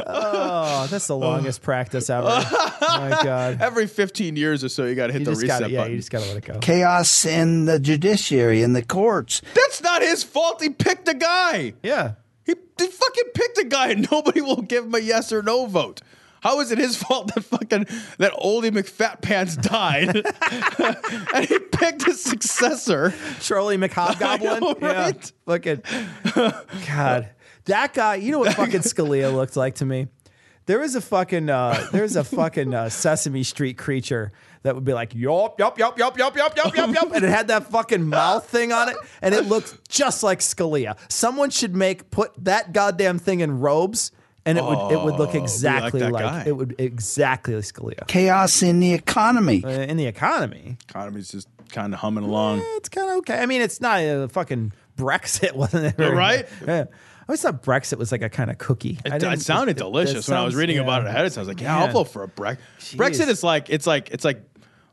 Oh, that's the longest practice ever. My God.
Every 15 years or so, you got to hit
You
the
just
reset
gotta, yeah,
button.
you just gotta let it go.
Chaos in the judiciary, in the courts.
That's not his fault. He picked a guy.
Yeah.
He, he fucking picked a guy, and nobody will give him a yes or no vote. How is it his fault that fucking that oldie McFat Pants died, and he picked his successor?
Charlie McHobgoblin.
I know, right?
Yeah. Fucking God. That guy, you know what fucking Scalia looked like to me? There was a fucking uh there's a fucking uh, Sesame Street creature that would be like yup yup yup yup yup yup yup yup yup and it had that fucking mouth thing on it and it looked just like Scalia. Someone should make put that goddamn thing in robes and it would it would look exactly
Oh, that
like,
guy.
it would exactly like Scalia.
Chaos in the economy.
Uh, In the economy,
Economy's just kind of humming along.
Yeah, it's kind of okay. I mean, it's not a fucking Brexit, wasn't it?
Right?
Yeah. I always thought Brexit was like a kind of cookie. I
It,
didn't-
it
it-
sounded
it
delicious when I was
sounds-
reading
yeah.
about it ahead of time. I was like, yeah,
Man.
I'll vote for a Brexit. Brexit is like it's like it's like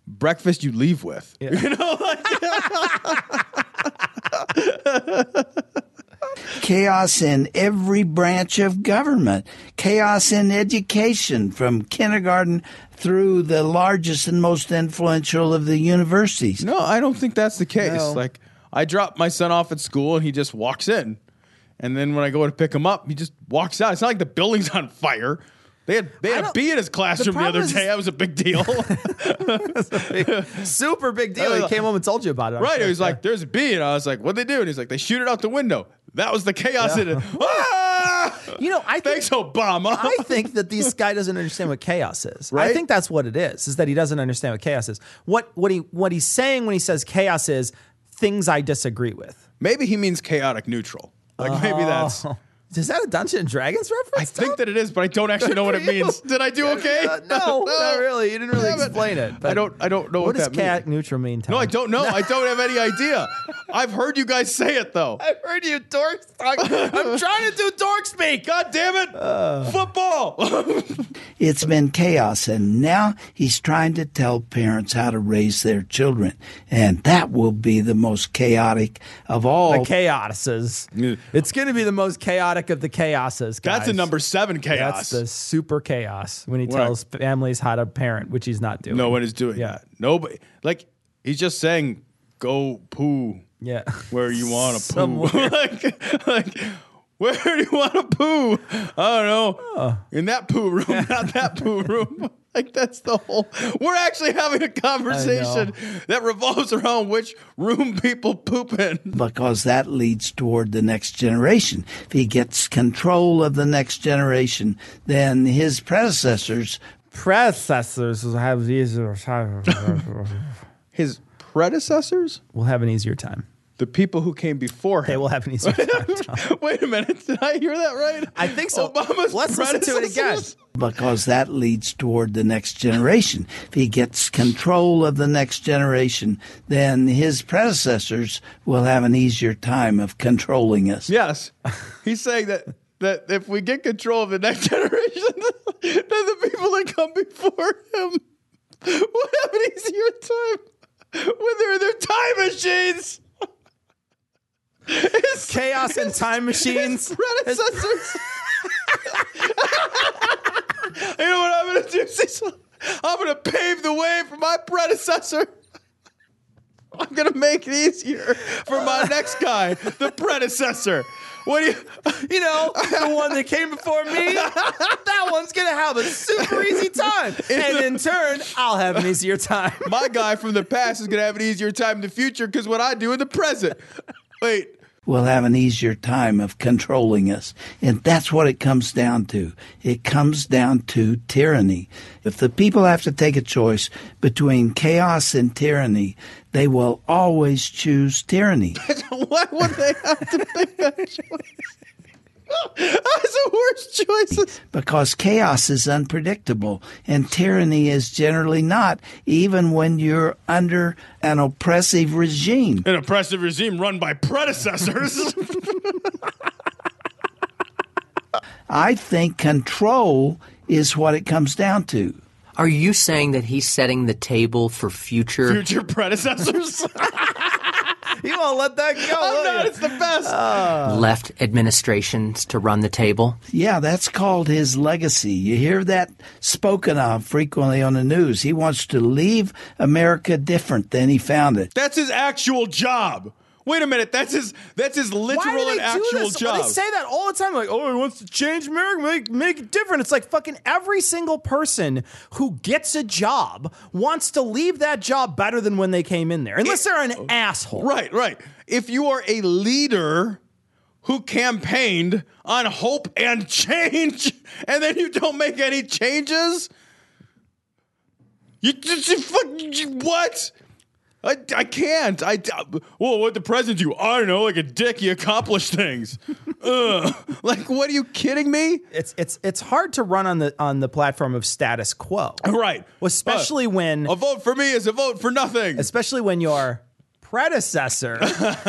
breakfast you leave with. You know, like,
chaos in every branch of government, chaos in education from kindergarten through the largest and most influential of the universities.
no, I don't think that's the case.
No.
Like I drop my son off at school and he just walks in, and then when I go to pick him up, he just walks out. It's not like the building's on fire. They had they
I
had a
don't-
bee in his classroom the,
problem
other
is-
day. That was a big deal.
Super big deal. He came home and told you about it. I'm
Uh, right?
sure.
He was like, "There's a bee," and I was like, "What would they do?" And he's like, "They shoot it out the window." That was the chaos in it. Ah!
You know, I think-
thanks, Obama.
I think that this guy doesn't understand what chaos is. I
Right?
think that's what it is. Is that he doesn't understand what chaos is. What what he what he's saying when he says chaos is things I disagree with. Oh.
Maybe he means chaotic neutral. Like maybe that's.
Is that a Dungeons and Dragons
I
reference? Tom?
think that it is, but I don't actually know what it
for you.
means. Did I do okay?
Uh, no, not really. You didn't really
Damn it.
explain it. but
I don't. I don't know what,
What does
that
chaotic
means.
neutral mean? Tom?
No, I don't know. I don't have any idea. I've heard you guys say it though.
I've heard you dorks talk. I'm trying to do dork speak.
God damn it! Football.
It's been chaos, and now he's trying to tell parents how to raise their children, and that will be the most chaotic of all.
Oh.
The chaoses. It's going to be the most chaotic of the chaoses. Guys.
That's a number seven chaos.
That's the super chaos when he
Right.
tells families how to parent, which he's not doing.
no one is doing
Yeah.
that. Nobody. Like he's just saying, go poo
Yeah.
where you want to poo.
Somewhere.
like, like, where do you want to poo? I don't know. In that poo room, not that poo room. Like that's the whole. We're actually having a conversation that revolves around which room people poop in.
because that leads toward the next generation. If he gets control of the next generation, then his predecessors
Predecessors will have uh, easier time. uh,
His predecessors,
will have an easier time.
the people who came before him.
They will have an easier time.
Wait a minute, did I hear that right?
I think so.
Obama's
Let's listen to it again.
predecessors?
because that leads toward the next generation. If he gets control of the next generation, then his predecessors will have an easier time of controlling us.
Yes. He's saying that that if we get control of the next generation, then the people that come before him will have an easier time when they're in their time machines. His,
Chaos and time machines.
his predecessors. you know what I'm gonna do? Cecil?
I'm going to pave the way for my predecessor. I'm going to make it easier for my next guy, the predecessor. What do you, you know, the one that came before me? That one's going to have a super easy time.
And in turn, I'll have an easier time.
My guy from the past is going to have an easier time in the future because what I do in the present. Wait,
will have an easier time of controlling us. And that's what it comes down to. It comes down to tyranny. If the people have to take a choice between chaos and tyranny, they will always choose tyranny.
Why would they have to make that choice? That's the worst choices.
because chaos is unpredictable and tyranny is generally not, even when you're under an oppressive regime.
an oppressive regime run by predecessors.
I think control is what it comes down to.
Are you saying that he's setting the table for future?
Future predecessors.
You won't let that go.
I'm
will Ah.
not.
you?
It's the best.
uh,
left administrations to run the table.
Yeah, that's called his legacy. You hear that spoken of frequently on the news. He wants to leave America different than he found it.
that's his actual job. Wait a minute. That's his. That's his
Why do
literal
they
and
do
actual
this?
job.
They say that all the time. Like, oh, he wants to change America, make, make it different. It's like fucking every single person who gets a job wants to leave that job better than when they came in there, unless they're an asshole.
Oh. Right, right. If you are a leader who campaigned on hope and change, and then you don't make any changes, you just you fuck you- what? I, I can't. I well, what the president do? I don't know. Like a dick, he accomplished things. Ugh. Like, what are you kidding me?
It's it's it's hard to run on the on the platform of status quo,
Right.
especially
Uh,
when
a vote for me is a vote for nothing.
especially when your predecessor,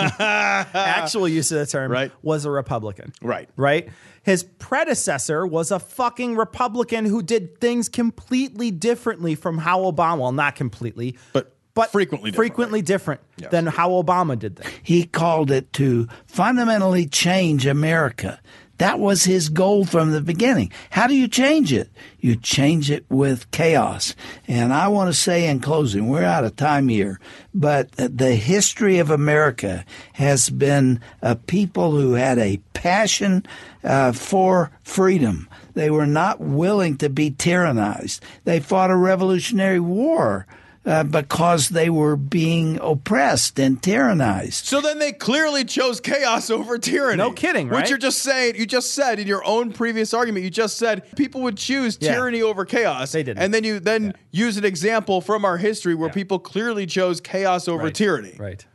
actual use of the term,
Right.
was a Republican.
Right.
Right? His predecessor was a fucking Republican who did things completely differently from how Obama, well, not completely,
But
but
frequently different,
frequently different than how Obama did things.
He called it to fundamentally change America. That was his goal from the beginning. How do you change it? You change it with chaos. And I want to say in closing, we're out of time here, but the history of America has been a people who had a passion uh, for freedom. They were not willing to be tyrannized. They fought a revolutionary war uh, because they were being oppressed and tyrannized.
So then they clearly chose chaos over tyranny.
No kidding, right?
Which you're just saying, you just said in your own previous argument, you just said people would choose
Yeah.
tyranny over chaos.
They didn't.
And then you then use an example from our history where people clearly chose chaos over tyranny.
Right.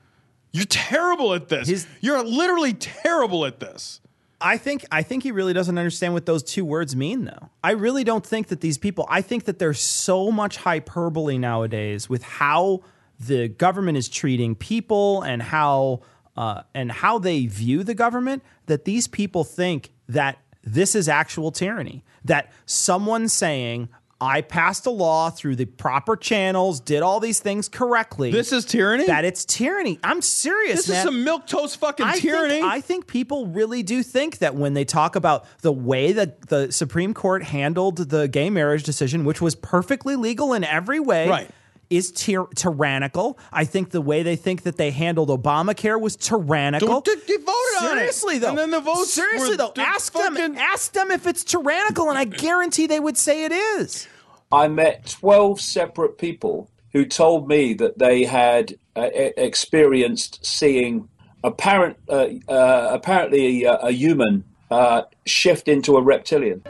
You're terrible at this.
He's-
you're literally terrible at this.
I think I think he really doesn't understand what those two words mean though. I really don't think that these people I think that there's so much hyperbole nowadays with how the government is treating people and how uh, and how they view the government that these people think that this is actual tyranny. That someone saying I passed a law through the proper channels, did all these things correctly.
This is tyranny?
that it's tyranny. I'm serious.
this is
man.
some milk toast fucking
I
tyranny.
Think, I think people really do think that when they talk about the way that the Supreme Court handled the gay marriage decision, which was perfectly legal in every way,
Right.
is tyr- tyrannical. I think the way they think that they handled Obamacare was tyrannical.
They- they voted on it.
Seriously, though.
And then the votes
Seriously,
were
though.
d-
Ask them.
fucking-
Ask them if it's tyrannical, and I guarantee they would say it is.
I met 12 separate people who told me that they had uh, e- experienced seeing apparent, uh, uh, apparently a, a human uh, shift into a reptilian.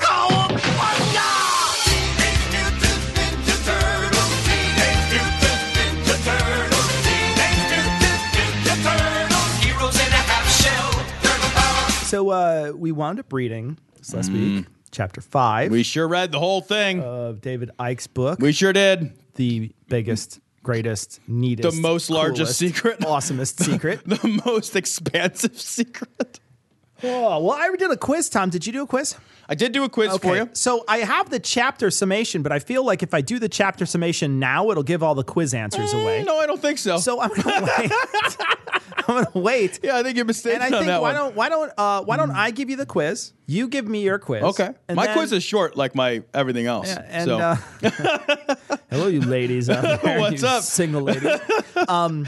So uh, we wound up reading this last week, chapter five
we sure read the whole thing.
of David Ike's book.
we sure did.
the biggest, greatest, neatest,
The most largest
coolest,
secret.
awesomest secret.
The most expansive secret.
Oh, well, I did a quiz, Tom. Did you do a quiz?
I did do a quiz
for you. So I have the chapter summation, but I feel like if I do the chapter summation now, it'll give all the quiz answers away.
Eh, No, I don't think so.
So I'm gonna wait. I'm gonna wait.
Yeah, I think you're
And
mistaken.
I
on
think
that
why
one.
don't why don't uh, why don't I give you the quiz? You give me your quiz.
Okay.
And
my
then-
quiz is short, like my everything else.
Yeah, and,
so
uh, hello, you ladies out there.
What's
you
up?
single ladies? um,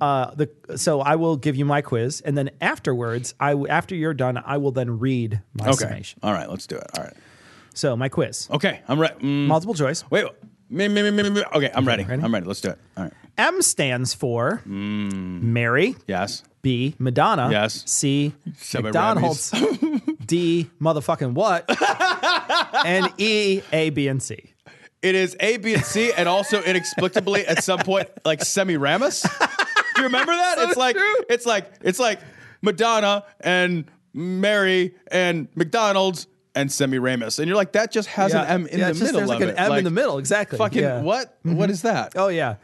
uh, the so I will give you my quiz, and then afterwards, I w- after you're done, I will then read my
okay.
summation.
All right, let's do it. All right.
So my quiz.
Okay, I'm mm. ready.
Multiple choice.
Wait. me- me- me- me- me- Okay, I'm ready. I'm ready. Let's do it. All right. Mm.
M stands for Mary.
Yes.
B Madonna.
Yes.
C
Seven
McDonald's. D motherfucking what? and E A B and C.
It is A, B, and C, and also inexplicably at some point like Semiramis. Do you remember that? It's like it's like it's like Madonna and Mary and McDonald's and Semiramis, and you're like that just has
Yeah.
an M in
Yeah,
the
it's just-
middle
There's
of
like an
it.
M in the middle, exactly.
Fucking
Yeah.
what? What is that? Mm.
Oh yeah,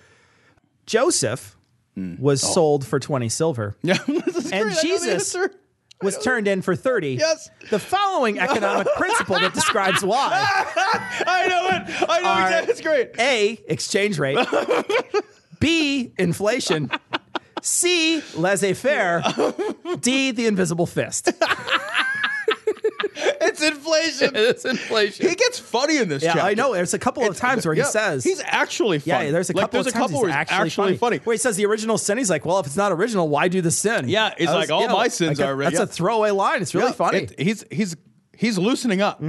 Joseph was sold for twenty silver.
Oh. Yeah,
and Jesus was turned in for thirty. Yes, the following economic principle that describes why.
I know it. I know
Are-
exactly. It's great.
A exchange rate. B inflation. C laissez faire. D the invisible fist.
It's inflation.
it's inflation.
He gets funny in this
Yeah,
chapter.
I know. There's a couple of times where he
yeah,
says
he's actually funny.
Yeah, there's a couple.
Like, there's
of
a
times
couple
he's
where he's
actually,
actually
funny. Where he says the original sin, he's like, "Well, if it's not original, why do the sin?"
Yeah, it's
That
like, all
yeah,
my sins
like a-
are re-
That's
yeah.
a throwaway line. It's really
Yeah,
funny. Mm-hmm.
it- he's he's he's loosening up.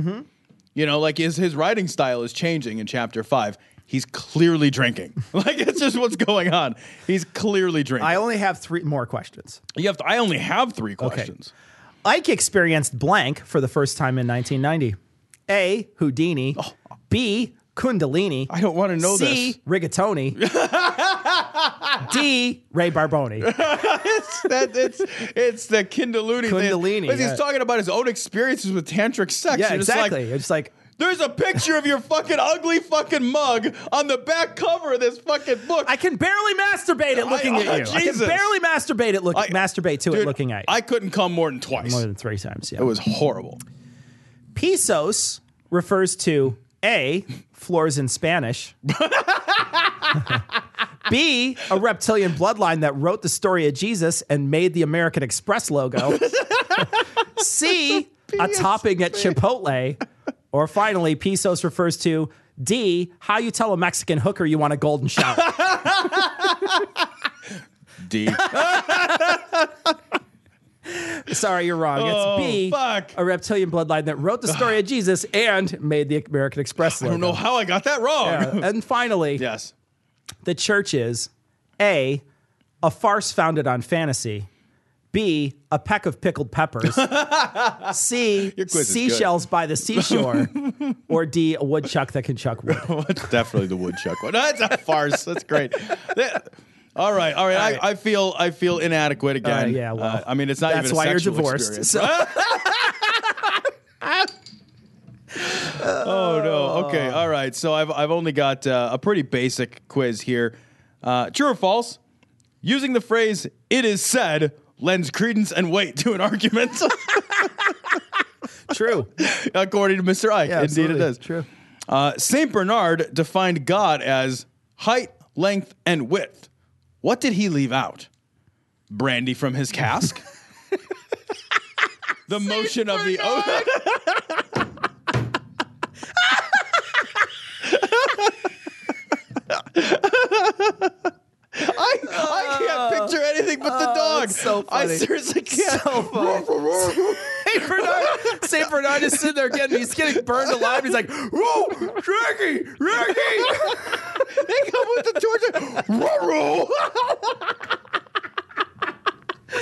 You know, like his his writing style is changing in chapter five. He's clearly drinking. like it's just what's going on. He's clearly drinking.
I only have three more questions.
you have to, I only have three questions.
Ike experienced blank for the first time in 1990. A. Houdini. B. Kundalini.
Oh. I don't want to know
C. Rigatoni. D. Ray Barboni.
it's that it's it's the Kindaluni
Kundalini,
thing. Because
yeah.
He's talking about his own experiences with tantric sex.
Yeah,
You're just like,
exactly. it's like
There's a picture of your fucking ugly fucking mug on the back cover of this fucking book.
I can barely masturbate at looking
I-
at
oh,
you. I can
Jesus.
barely masturbate at look,
I-
masturbate to it
Dude,
looking at you.
I couldn't come more than twice.
More than three times. Yeah.
it was horrible.
Pesos refers to A, floors in Spanish, B, a reptilian bloodline that wrote the story of Jesus and made the American Express logo, C, a topping at Chipotle, or finally, Pesos refers to D, how you tell a Mexican hooker you want a golden shower.
D.
Sorry, you're wrong. It's
Oh,
B,
fuck.
a reptilian bloodline that wrote the story of Jesus and made the American Express
I
logo.
don't know how I got that wrong.
Yeah. And finally,
Yes.
the church is A, a farce founded on fantasy, B, a peck of pickled peppers, C,
Your quiz is good.
seashells by the seashore, or D, a woodchuck that can chuck wood.
That's definitely the woodchuck one. That's a farce. That's great. That- all right, all right.
right.
I, I feel I feel inadequate again.
yeah, well,
Uh, I mean, it's not
That's
even. a
why you're
sexual
divorced.
experience.
So,
Oh no. Okay. All right. So I've I've only got uh, a pretty basic quiz here. Uh, true or false? Using the phrase "it is said" lends credence and weight to an argument,
true.
according to Mr. Ike. Indeed,
absolutely.
it is
True.
Uh, Saint Bernard defined God as height, length, and width. What did he leave out? Brandy from his cask. the motion of the ocean. I, I can't picture anything but the dog.
that's Oh. so
I
funny.
seriously can't.
So funny. Saint Bernard, Saint Bernard is sitting there getting he's getting burned alive. He's like, "Whoa, Ricky, Ricky!"
they come with the Georgia. Ruh-roh.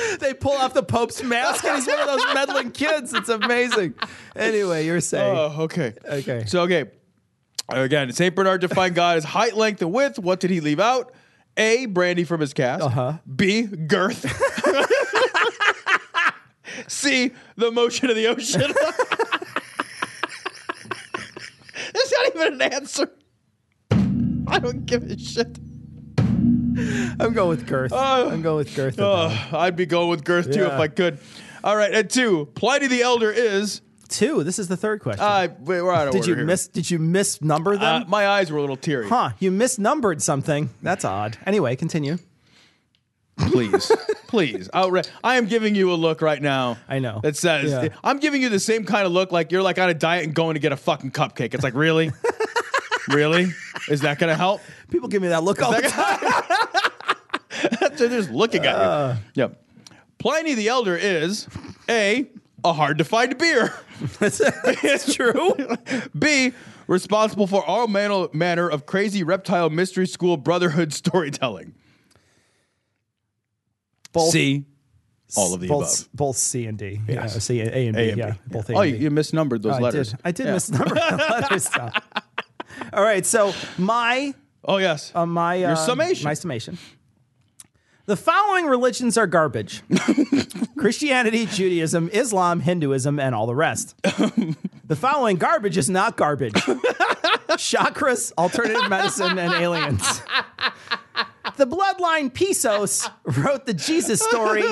they pull off the Pope's mask, and he's one of those meddling kids. It's amazing. Anyway, you're saying
Oh, okay.
okay.
So, okay. Again, St. Bernard defined God as height, length, and width. What did he leave out? A, brandy from his cask. Uh-huh. B, girth. C, the motion of the ocean. That's not even an answer. I don't give a shit.
I'm going with girth. I'm going with girth.
Ugh, Oh, I'd be going with girth too if
Yeah.
I could. All right, at two, Pliny the Elder is
two. This is the third question.
Uh, wait, we're out of
did
order
you
here.
miss? Did you misnumber them?
Uh, my eyes were a little teary.
huh? You misnumbered something. That's odd. Anyway, continue.
Please, please. Outra- I am giving you a look right now.
I know.
That says
Yeah.
I'm giving you the same kind of look like you're like on a diet and going to get a fucking cupcake. It's like really, really. Is that gonna help?
People give me that look all the time.
They're just looking at you.
Uh.
Yep. Pliny the Elder is a a hard to find beer.
That's true.
B responsible for all manner, manner of crazy reptile mystery school brotherhood storytelling.
Both,
C all of the
both,
above.
Both C and D. Yeah,
Yes.
C A and B.
A and
yeah,
B.
both A
oh,
and
you,
B.
you misnumbered those
I
letters.
Did. I did
Yeah.
misnumber the letters. though. All right, so my
Oh yes.
uh, my uh,
Your summation.
My summation. The following religions are garbage: Christianity, Judaism, Islam, Hinduism, and all the rest. the following garbage is not garbage: chakras, alternative medicine, and aliens. The bloodline Pisos wrote the Jesus story.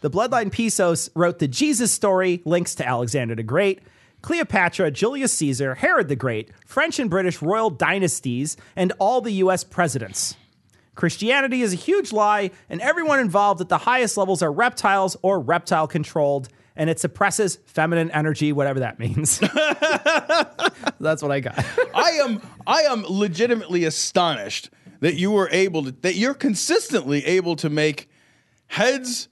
The bloodline Pisos wrote the Jesus story, links to Alexander the Great, Cleopatra, Julius Caesar, Herod the Great, French and British royal dynasties, and all the US presidents. Christianity is a huge lie, and everyone involved at the highest levels are reptiles or reptile controlled, and it suppresses feminine energy, whatever that means. That's what I got.
I am I am legitimately astonished that you were able to that you're consistently able to make heads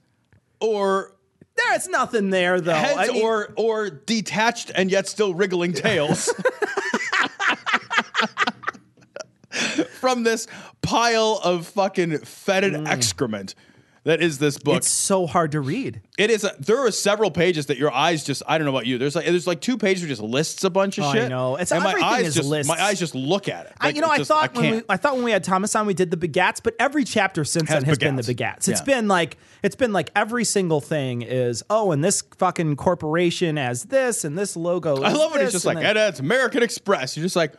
or
There's nothing there, though.
heads
I mean-
or or detached and yet still wriggling tails from this pile of fucking fetid excrement that is this book.
Mm. it's so hard to read.
It is. A, there are several pages that your eyes just. I don't know about you. There's like there's like two pages where just lists a bunch of
Oh, I
shit.
know. It's-
and my
everything
eyes
is
just
lists.
my eyes just look at it.
I,
Like,
you know,
it
I
just-
thought when we
can't.
I thought when we had Thomas on, we did the begats, but every chapter since
Has
then has been the
begats.
begats. It's
Yeah.
been like it's been like every single thing is oh, and this fucking corporation has this, and this logo.
I
is
love when
this,
he's just
and
like,
then-
and it's American Express. You're just like,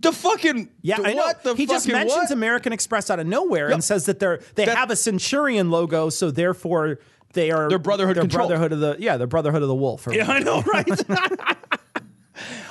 the fucking
yeah,
the
I know.
what the
he just
fucking
mentions
what?
American Express out of nowhere
Yep.
and says that they're they
That-
have a Centurion logo, so therefore they are
They're brotherhood
they're
controlled.
brotherhood of the yeah, they're brotherhood of the wolf. Or
Yeah, I know, right?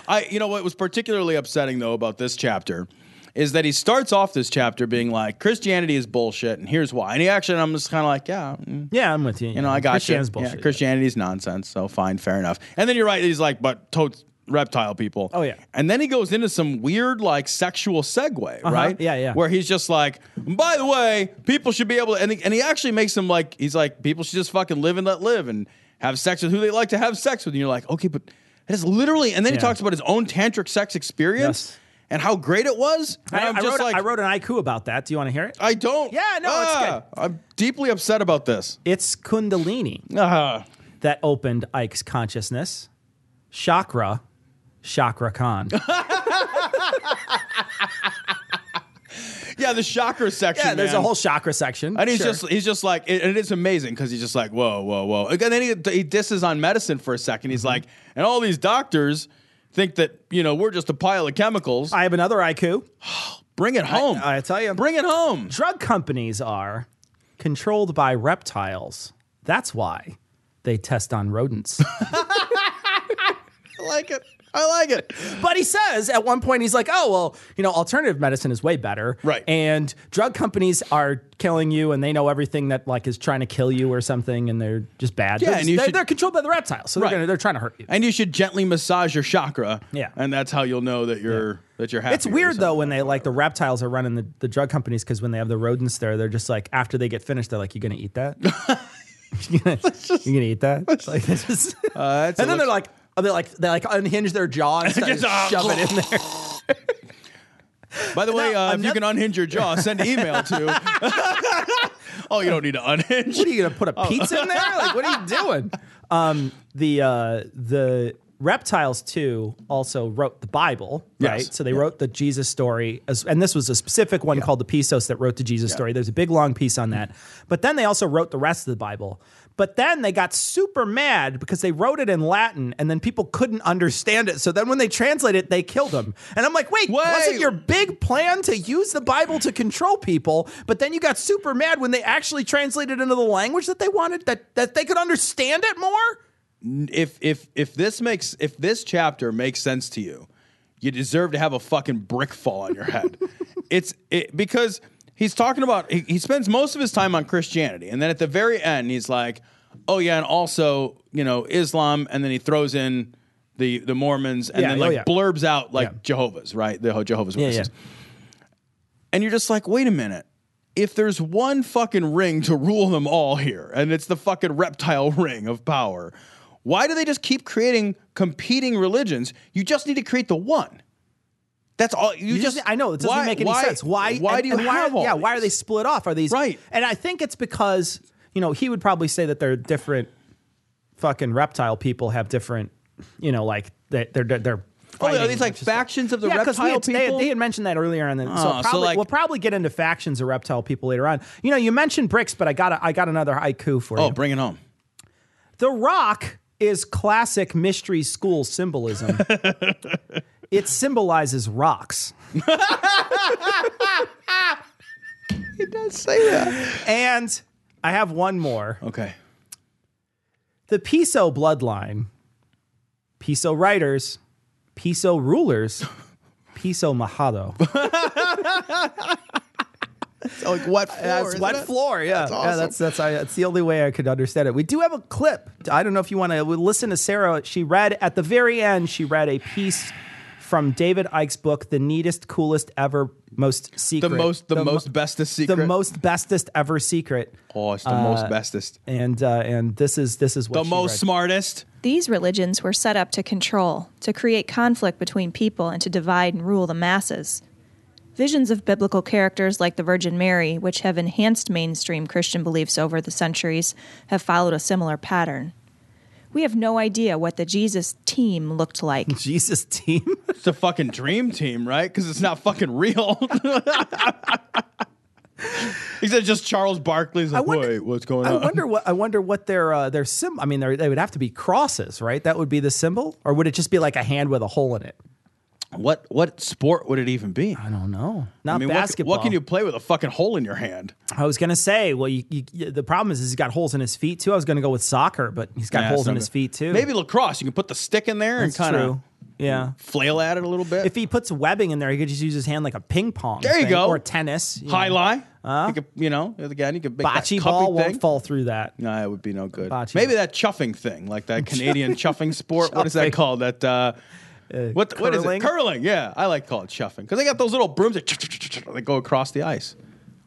I, you know, what was particularly upsetting though about this chapter is that he starts off this chapter being like Christianity is bullshit, and here's why. And he actually, I'm just kind of like, yeah, mm,
yeah, I'm with you.
you know, I got
Christian's
you.
bullshit.
Yeah, Christianity's nonsense. So fine, fair enough. And then you're right. He's like, but totes reptile people.
Oh, yeah.
And then he goes into some weird like sexual segue, right?
Uh-huh. Yeah, yeah.
Where he's just like, by the way, people should be able to. And he, and he actually makes him like, he's like, people should just fucking live and let live and have sex with who they like to have sex with. And you're like, okay, but that is literally. And then he
Yeah.
talks about his own tantric sex experience
Yes.
and how great it was. And
I,
am
I
just
wrote,
like,
I wrote an haiku about that. Do you want to hear it?
I don't.
Yeah, no, it's
Ah, I'm deeply upset about this.
It's Kundalini.
Ah.
that opened Ike's consciousness. Chakra, Chakra Khan.
Yeah, the chakra section.
yeah, there's
man.
a whole chakra section.
And he's
Sure.
just he's just like and it's amazing because he's just like whoa whoa whoa and then he, he disses on medicine for a second
Mm-hmm.
he's like and all these doctors think that you know we're just a pile of chemicals
I have another haiku.
bring it home
I tell you.
bring it home
Drug companies are controlled by reptiles. That's why they test on rodents.
I like it I like it
but he says at one point he's like, "Oh well, you know, alternative medicine is way better,
Right.
And drug companies are killing you, and they know everything that like is trying to kill you or something, and they're just bad.
Yeah,
they're,
and you
they're,
should-
they're controlled by the reptiles, so
Right.
they're gonna, they're trying to hurt you.
and you should gently massage your chakra
Yeah.
and that's how you'll know that you're that you're happy
It's weird though when they like the reptiles are running the, the drug companies because when they have the rodents there, they're just like after they get finished, they're like, "You gonna eat that? you gonna, you gonna eat that?" Like, it's just, and then they're like, oh, they like they like unhinge their jaw and start
Just,
to
ah,
shove it in there.
by the way
Now,
uh, if you
another-
can unhinge your jaw send email to oh you don't need to unhinge Oh.
What are you gonna put a pizza in there? Like, what are you doing? Um, the uh, the reptiles too also wrote the Bible,
Yes.
right? So they wrote the Jesus story, as, and this was a specific one called the Pisos that wrote the Jesus story. There's a big long piece on that, but then they also wrote the rest of the Bible. But then they got super mad because they wrote it in Latin and then people couldn't understand it. So then when they translate it, they killed them. And I'm like, wait, wasn't your big plan to use the Bible to control people? But then you got super mad when they actually translated into the language that they wanted, that, that they could understand it more?
if if if this makes if this chapter makes sense to you, you deserve to have a fucking brick fall on your head. it's it, because he's talking about he, he spends most of his time on Christianity, and then at the very end he's like, "Oh yeah, and also you know Islam," and then he throws in the the Mormons, and
Yeah,
then
oh,
like
yeah.
blurbs out like Jehovah's right, the Jehovah's
Yeah,
Witnesses, and you're just like, "Wait a minute." If there's one fucking ring to rule them all here, and it's the fucking reptile ring of power, why do they just keep creating competing religions? You just need to create the one. That's all. You,
You
just,
just, I know it doesn't
why-
make any
why-
sense. Why?
Why
and-
do you
and
have all?
Yeah, why are they split off? Are these right? And I think it's because you know he would probably say that they're different. Fucking reptile people have different, you know, like they- they're they're. they're
Oh,
fighting,
are these like
which is-
factions of the
yeah, 'cause we
reptile
had- They,
people?
had- they had mentioned that earlier, and then so,
Oh, so
probably,
like-
we'll probably get into factions of reptile people later on. You know, you mentioned bricks, but I got a, I got another haiku for you.
Oh, bring it home.
The rock is classic mystery school symbolism. it symbolizes rocks.
It does say that.
And I have one more.
Okay.
The Piso bloodline, Piso writers, Piso rulers, Piso Majado.
So like what floor?
That's
isn't
wet
it?
floor, yeah.
That's
Yeah,
awesome.
that's that's I, that's the only way I could understand it. We do have a clip. I don't know if you want to listen to Sarah. She read at the very end. She read a piece from David Ike's book, "The Neatest, Coolest Ever, Most Secret."
The most, the,
mo-
most bestest secret.
the most bestest ever secret.
Oh, it's the
Uh,
most bestest.
And uh, and this is this is what
The
she
most
read.
smartest.
These religions were set up to control, to create conflict between people, and to divide and rule the masses. Visions of biblical characters like the Virgin Mary, which have enhanced mainstream Christian beliefs over the centuries, have followed a similar pattern. We have no idea what the Jesus team looked like.
Jesus team.
It's a fucking dream team, right? Because it's not fucking real. Except just Charles Barkley's like, wait, what's going
I
on?
wonder what I wonder what their uh, their sim. I mean, they're- they would have to be crosses, right? That would be the symbol, or would it just be like a hand with a hole in it?
what what sport would it even be? I
don't know. Not
I mean, what-
basketball.
what can you play with a fucking hole in your hand?
I was gonna say, well, you, you, you- the problem is, is he's got holes in his feet too. I was gonna go with soccer, but he's got
Yeah,
holes
so
in his feet too.
Maybe lacrosse. You can put the stick in there
that's
and kind of
true. Yeah,
flail at it a little bit.
if he puts webbing in there, he could just use his hand like a ping pong.
There you
thing,
go.
or tennis. you
High
know.
lie. you, could, you know, again, you could make that
Bocce
cuppy
ball
thing.
won't fall through that.
No, it would be no good.
Bocce
Maybe that chuffing thing, like that Canadian chuffing sport. What is that
Chuffing.
called? That uh, what what is
curling?
it? Curling. Yeah, I like to call it chuffing because they got those little brooms that, that go across the ice.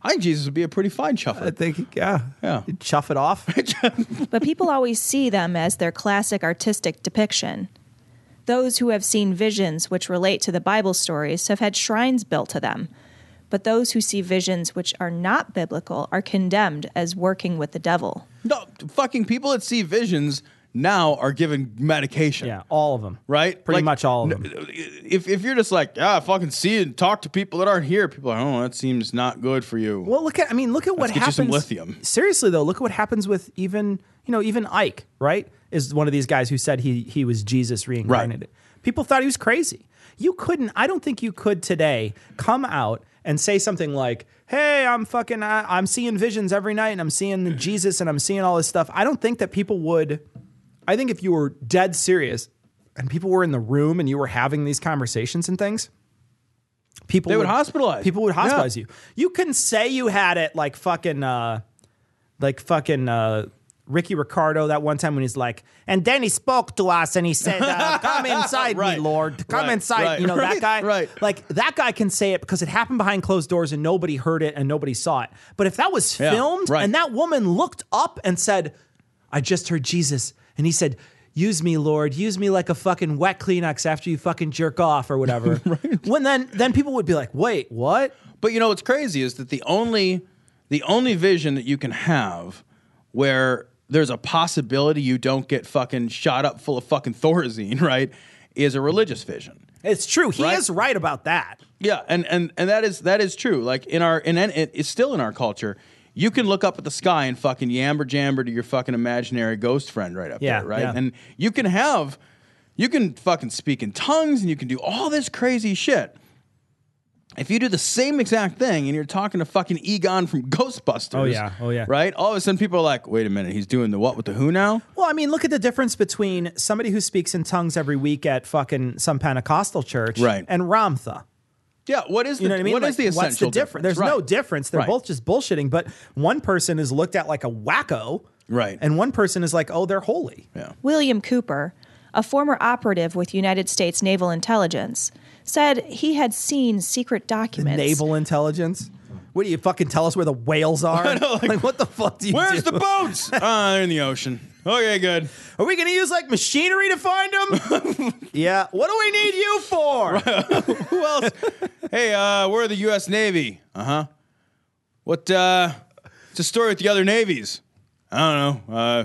I think Jesus would be a pretty fine chuffer.
I think, yeah,
yeah.
chuff it off.
but people always see them as their classic artistic depiction. Those who have seen visions which relate to the Bible stories have had shrines built to them, but those who see visions which are not biblical are condemned as working with the devil.
No, fucking people that see visions now are given medication. Yeah,
all of them.
Right?
Pretty
Like,
much all of them.
If, if you're just like, yeah, I fucking see and talk to people that aren't here, people are, oh, that seems not good for you.
Well, look at I mean, look at what
Let's get you
happens.
some lithium.
Seriously though, look at what happens with even you know even Ike, right? Is one of these guys who said he he was Jesus reincarnated. People thought he was crazy. You couldn't. I don't think you could today come out and say something like, "Hey, I'm fucking. I, I'm seeing visions every night, and I'm seeing Jesus, and I'm seeing all this stuff." I don't think that people would. I think if you were dead serious, and people were in the room, and you were having these conversations and things, people
They would hospitalize.
People would
Yeah.
hospitalize you. You can say you had it like fucking uh like fucking uh Ricky Ricardo that one time when he's like, and then he spoke to us and he said, uh, "Come inside,
Right.
me Lord. Come
Right,
inside."
right,
you know
right,
that guy, right? Like that guy can say it because it happened behind closed doors and nobody heard it and nobody saw it. But if that was
Yeah,
filmed
right.
and that woman looked up and said, "I just heard Jesus," and he said. Use me, Lord. Use me like a fucking wet Kleenex after you fucking jerk off or whatever. When then, then people would be like, "Wait, what?"
But you know what's crazy is that the only the only vision that you can have where there's a possibility you don't get fucking shot up full of fucking Thorazine, right, is a religious vision.
It's true. He is right about that.
Yeah, and and and that is that is true. Like in our in, in it's still in our culture, you can look up at the sky and fucking yamber jamber to your fucking imaginary ghost friend right up
Yeah,
there, right?
yeah.
And you can have, you can fucking speak in tongues and you can do all this crazy shit. If you do the same exact thing and you're talking to fucking Egon from Ghostbusters,
Oh, yeah. Oh, yeah.
right? All of a sudden, people are like, "Wait a minute, he's doing the what with the who now?"
Well, I mean, look at the difference between somebody who speaks in tongues every week at fucking some Pentecostal church
Right.
and Ramtha.
Yeah, what is the,
You know what I mean?
What
Like,
is the essential
what's the difference? There's no difference. They're
Right.
both just bullshitting, but one person is looked at like a wacko,
Right.
and one person is like, oh, they're holy.
Yeah.
William Cooper, a former operative with United States Naval Intelligence, said he had seen secret documents.
Naval intelligence. What do you fucking tell us where the whales are? like, what the fuck do you
Where's
do?
the boats? Ah, they're in the ocean. Okay, good.
Are we going to use like machinery to find them? yeah. What do we need you for?
Who else? hey, uh, we're the U.S. Navy. Uh huh. What? uh It's a story with the other navies. I don't know. Uh,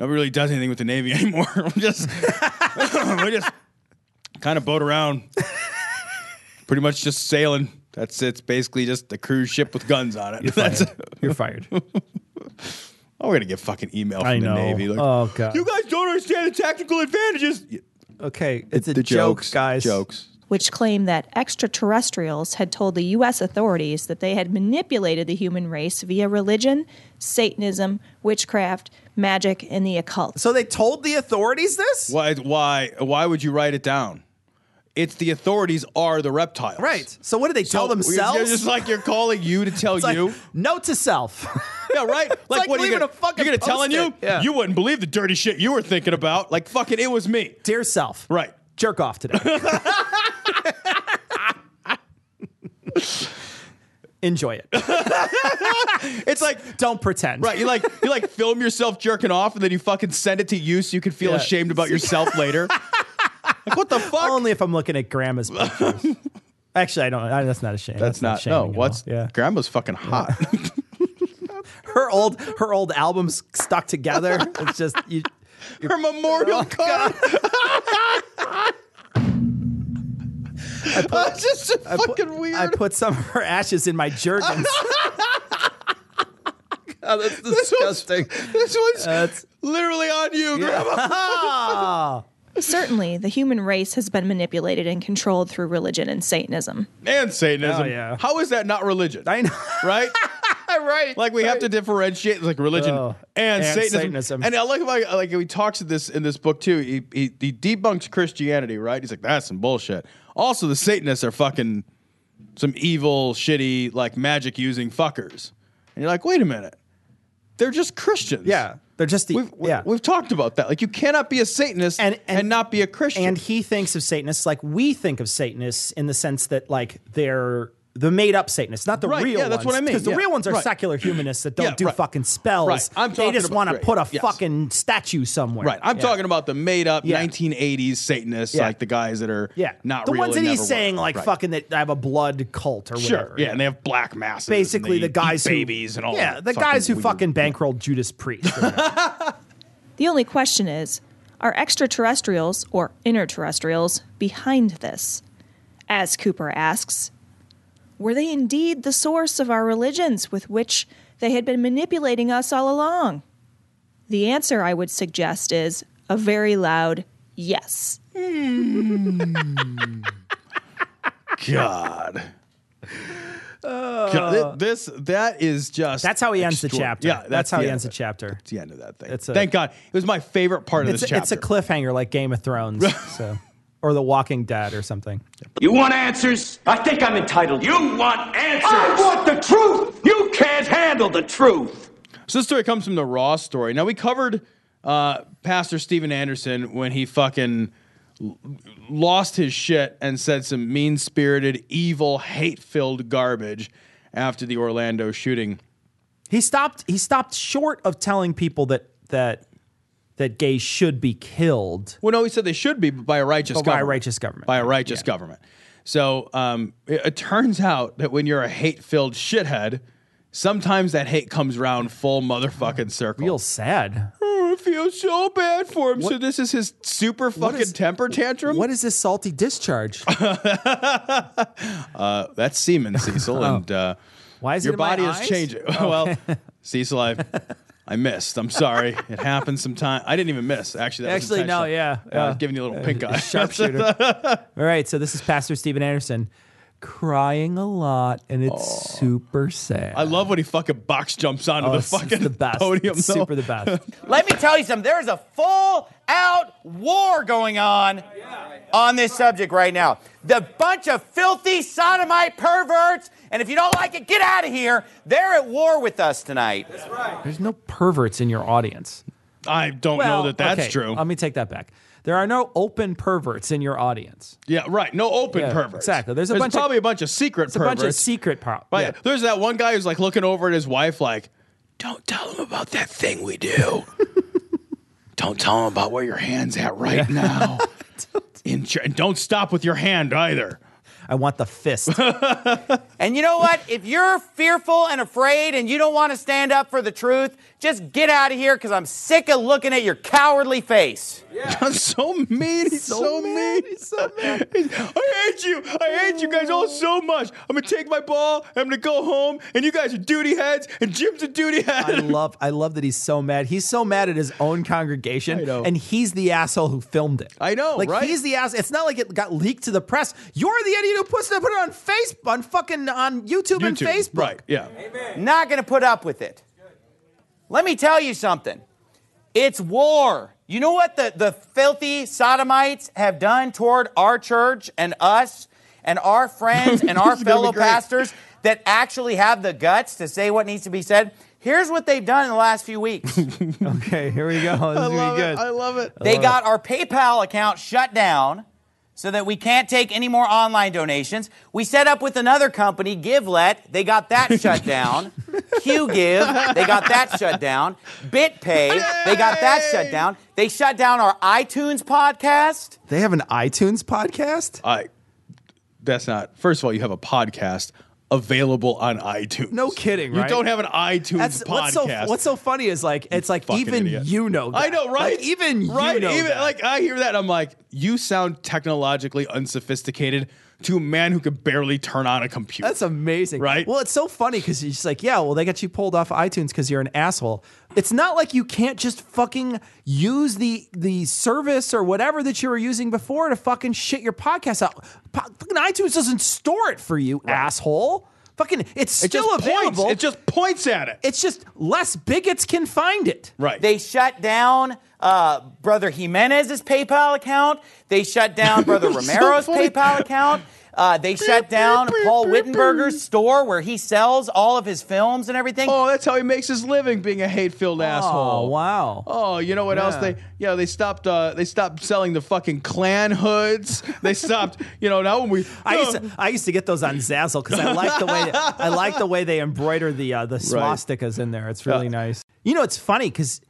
nobody really does anything with the navy anymore. I'm just, we just kind of boat around, pretty much just sailing. That's it's basically just a cruise ship with guns on it. That's
You're fired.
oh, we're gonna get fucking email from
I
the
know.
navy. Like,
Oh, God.
you guys don't understand the tactical advantages.
Okay. It's a
the
joke,
jokes,
guys.
Jokes.
which claimed that extraterrestrials had told the U.S. authorities that they had manipulated the human race via religion, Satanism, witchcraft, magic, and the occult.
So they told the authorities this?
Why? Why? Why would you write it down? It's the authorities are the reptiles,
Right. So what did they tell themselves?
It's just like you're calling you to tell
It's like,
you.
note to self.
yeah, right. Like,
like
what are you
leaving
gonna,
a fucking
You're gonna telling you?
post-it. Yeah.
You wouldn't believe the dirty shit you were thinking about. Like fucking, it was me.
Dear self.
Right.
Jerk off today. Enjoy it.
It's like
Don't pretend.
right. You like you like film yourself jerking off, and then you fucking send it to you so you can feel
Yeah.
ashamed about yourself later. like what the fuck?
Only if I'm looking at grandma's pictures. Actually, I don't. I, that's not a shame.
That's not no.
shaming at
What's
all. yeah?
grandma's fucking hot.
Her old her old albums stuck together. It's just you. Oh,
Her memorial card. That's just so fucking weird.
I put some of her ashes in my jergens.
Oh, that's disgusting.
This one's
That's-
literally on you, Grandma.
Ah.
Certainly, the human race has been manipulated and controlled through religion and Satanism.
And Satanism.
Oh, yeah.
How is that not religion?
I know.
right?
right.
Like we have to differentiate like religion
Oh,
and,
and
Satanism.
Satanism.
And I like how like he talks in this in this book too. He, he he debunks Christianity, right? He's like, that's some bullshit. Also, the Satanists are fucking some evil, shitty, like magic using fuckers. And you're like, wait a minute. They're just Christians.
Yeah. They're just the
We've, we-
yeah.
we've talked about that. Like, you cannot be a Satanist and,
And- and-
not be a Christian.
and he thinks of Satanists like we think of Satanists in the sense that like they're the made up Satanists, not the
Right,
real
yeah, that's
ones.
what I mean,
Because the
yeah,
real ones are
right.
secular humanists that don't
Yeah,
do
right.
fucking spells.
Right, I'm
they
talking
just
about-
want to
right,
put a
yes.
fucking statue somewhere.
Right. I'm
Yeah.
talking about the made up
Yeah.
1980s Satanists,
Yeah.
like the guys that are
Yeah.
not
the
real
ones that
and
he's
never
saying
were.
like
Right.
fucking that I have a blood cult or
Sure.
whatever.
Yeah, and they have black masses. and
Basically, the
they eat
guys who
babies and all.
yeah,
that
the guys who
weird-
fucking bankrolled Judas Priest.
The only question is are extraterrestrials or interterrestrials behind this? As Cooper asks, were they indeed the source of our religions with which they had been manipulating us all along? The answer I would suggest is a very loud yes.
God. God, thi- This that is just
Uh, that's how he ends the
extraor-
chapter.
Yeah,
that's, how he ends the
the
chapter.
It's the end of that thing.
It's a-
Thank God. It was my favorite part of
It's a,
this chapter.
it's a cliffhanger like Game of Thrones, so or The Walking Dead or something.
You want answers? I think I'm entitled. You want answers? I want the truth! You can't handle the truth!
So this story comes from the Raw story. Now we covered uh, Pastor Steven Anderson when he fucking l- lost his shit and said some mean spirited, evil, hate filled garbage after the Orlando shooting.
He stopped. He stopped short of telling people that that that gays should be killed
Well, no, he said they should be but by a righteous
But by a
government.
righteous government.
By a righteous government. So um, it, it turns out that when you're a hate filled shithead, sometimes that hate comes round full motherfucking circle.
real sad.
Oh, I feel so bad for him. So this is his super fucking
is-
temper tantrum.
What is this salty discharge?
That's semen, Cecil, and uh,
Oh. Why is
your
it in my
body
eyes?
is changing?
Oh.
well, Cecil, I, I missed. I'm sorry. It happens sometime. I didn't even miss. Actually, that was
Actually, no,
intentional.
yeah,
I
yeah. Uh,
was giving you a little pink eye.
Sharpshooter. All right, so this is Pastor Steven Anderson crying a lot, and it's super sad.
I love when he fucking box jumps onto
Oh,
the
it's- it's
fucking
the best.
podium.
It's
though.
super the best.
Let me tell you something. There is a full out war going on on this subject right now. The bunch of filthy sodomite perverts, and if you don't like it, get out of here. They're at war with us tonight. That's right.
There's no perverts in your audience.
I don't
Well,
know that that's
okay,
true.
Let me take that back. There are no open perverts in your audience.
yeah, right. No open
Yeah,
perverts.
exactly. There's a bunch of-
probably a bunch of secret
It's a
perverts.
bunch of secret pro-
Right.
yeah.
There's that one guy who's like looking over at his wife, like, "Don't tell him about that thing we do. don't tell him about where your hand's at right now. In ch- and don't stop with your hand either.
I want the fist.
And you know what? If you're fearful and afraid and you don't want to stand up for the truth, just get out of here because I'm sick of looking at your cowardly face.
so mean. He's so, mean. He's so mad. I hate you. I hate you guys all so much. I'm gonna take my ball. I'm gonna go home. And you guys are duty heads. And Jim's a duty head.
I love I love that he's so mad. He's so mad at his own congregation, and he's the asshole who filmed it. I know, like
right?
he's the ass. It's not like it got leaked to the press. You're the idiot who puts it, put it on face on fucking on YouTube, and
YouTube,
Facebook.
right,
Yeah.
Not going to put up with it. Let me tell you something. It's war. You know what the, the filthy sodomites have done toward our church and us and our friends and our
This is gonna be
fellow
great.
pastors that actually have the guts to say what needs to be said? Here's what they've done in the last few weeks.
Okay, here we go. This is gonna be good.
love it.
They got our PayPal account shut down so that we can't take any more online donations. We set up with another company, GiveLet. They got that shut down. QGive, they got that shut down. BitPay, they got that shut down. They shut down our iTunes podcast.
They have an iTunes podcast?
I that's not first of all, you have a podcast available on iTunes.
No kidding,
You
right?
don't have an iTunes
That's-
podcast.
What's so, what's so funny is like it's like
Fucking
even
idiot.
you know. That.
I know, right?
Like, even
right?
you know.
even
that.
like I hear that, I'm like, you sound technologically unsophisticated to a man who could barely turn on a computer.
That's amazing.
Right?
Well, it's so funny because he's like, yeah, well, they got you pulled off iTunes because you're an asshole. It's not like you can't just fucking use the the service or whatever that you were using before to fucking shit your podcast out. Po- fucking iTunes doesn't store it for you, asshole. Fucking, it's
It
still
just points.
available.
It just points at it.
It's just less bigots can find it.
Right.
They shut down uh, Brother Jimenez's PayPal account. They shut down Brother
So
Romero's
funny.
PayPal account. Uh, they shut down Paul Wittenberger's store where he sells all of his films and everything. Oh,
Oh, that's how he makes his living, being a hate-filled asshole.
wow.
Oh, you know what else?
Yeah.
They yeah, they stopped uh, they stopped selling the fucking clan hoods. They stopped, you know, now when we
I used to I used to get those on Zazzle because I like the way I like the way they embroider the uh, the swastikas in there. It's really nice. You know, it's funny because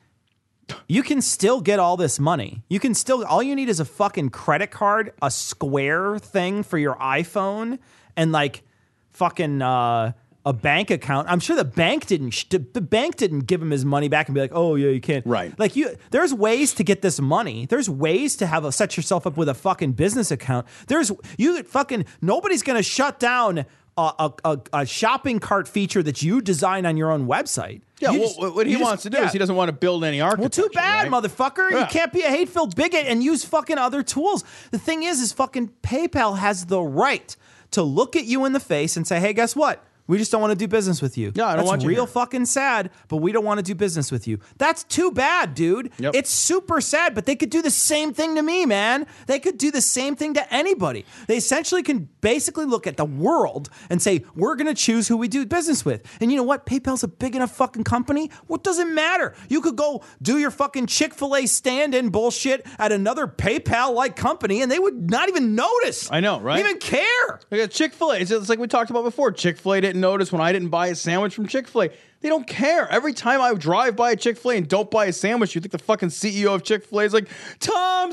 you can still get all this money. You can still all you need is a fucking credit card, a Square thing for your iPhone, and like fucking. Uh, a bank account. I'm sure the bank didn't. Sh- the the bank didn't give him his money back and be like, "Oh yeah, you can't." Right. Like you, there's ways to get this money. There's ways to have a, set yourself up with a fucking business account. There's you could fucking nobody's gonna shut down a, a, a, a shopping cart feature that you design on your own website.
Yeah,
You
well,
just-
what he
you just-
wants to do
yeah.
is he doesn't want to build any architecture.
Too bad,
right?
motherfucker. You
Yeah.
can't be a hate-filled bigot and use fucking other tools. The thing is, is fucking PayPal has the right to look at you in the face and say, "Hey, guess what? We just don't want to do business with you." Yeah,
don't
That's
want you
real
here.
fucking sad, but we don't want to do business with you. That's too bad, dude. It's super sad, but they could do the same thing to me, man. They could do the same thing to anybody. They essentially can basically look at the world and say, we're going to choose who we do business with. And you know what? PayPal's a big enough fucking company. What does it matter? You could go do your fucking Chick fil A stand in bullshit at another PayPal like company and they would not even notice.
I know, right?
Even care.
Chick Fil A. It's just like we talked about before. Chick Fil A didn't notice when I didn't buy a sandwich from Chick Fil A. They don't care. Every time I drive by a Chick Fil A and don't buy a sandwich, you think the fucking CEO of Chick Fil A is like, Tom,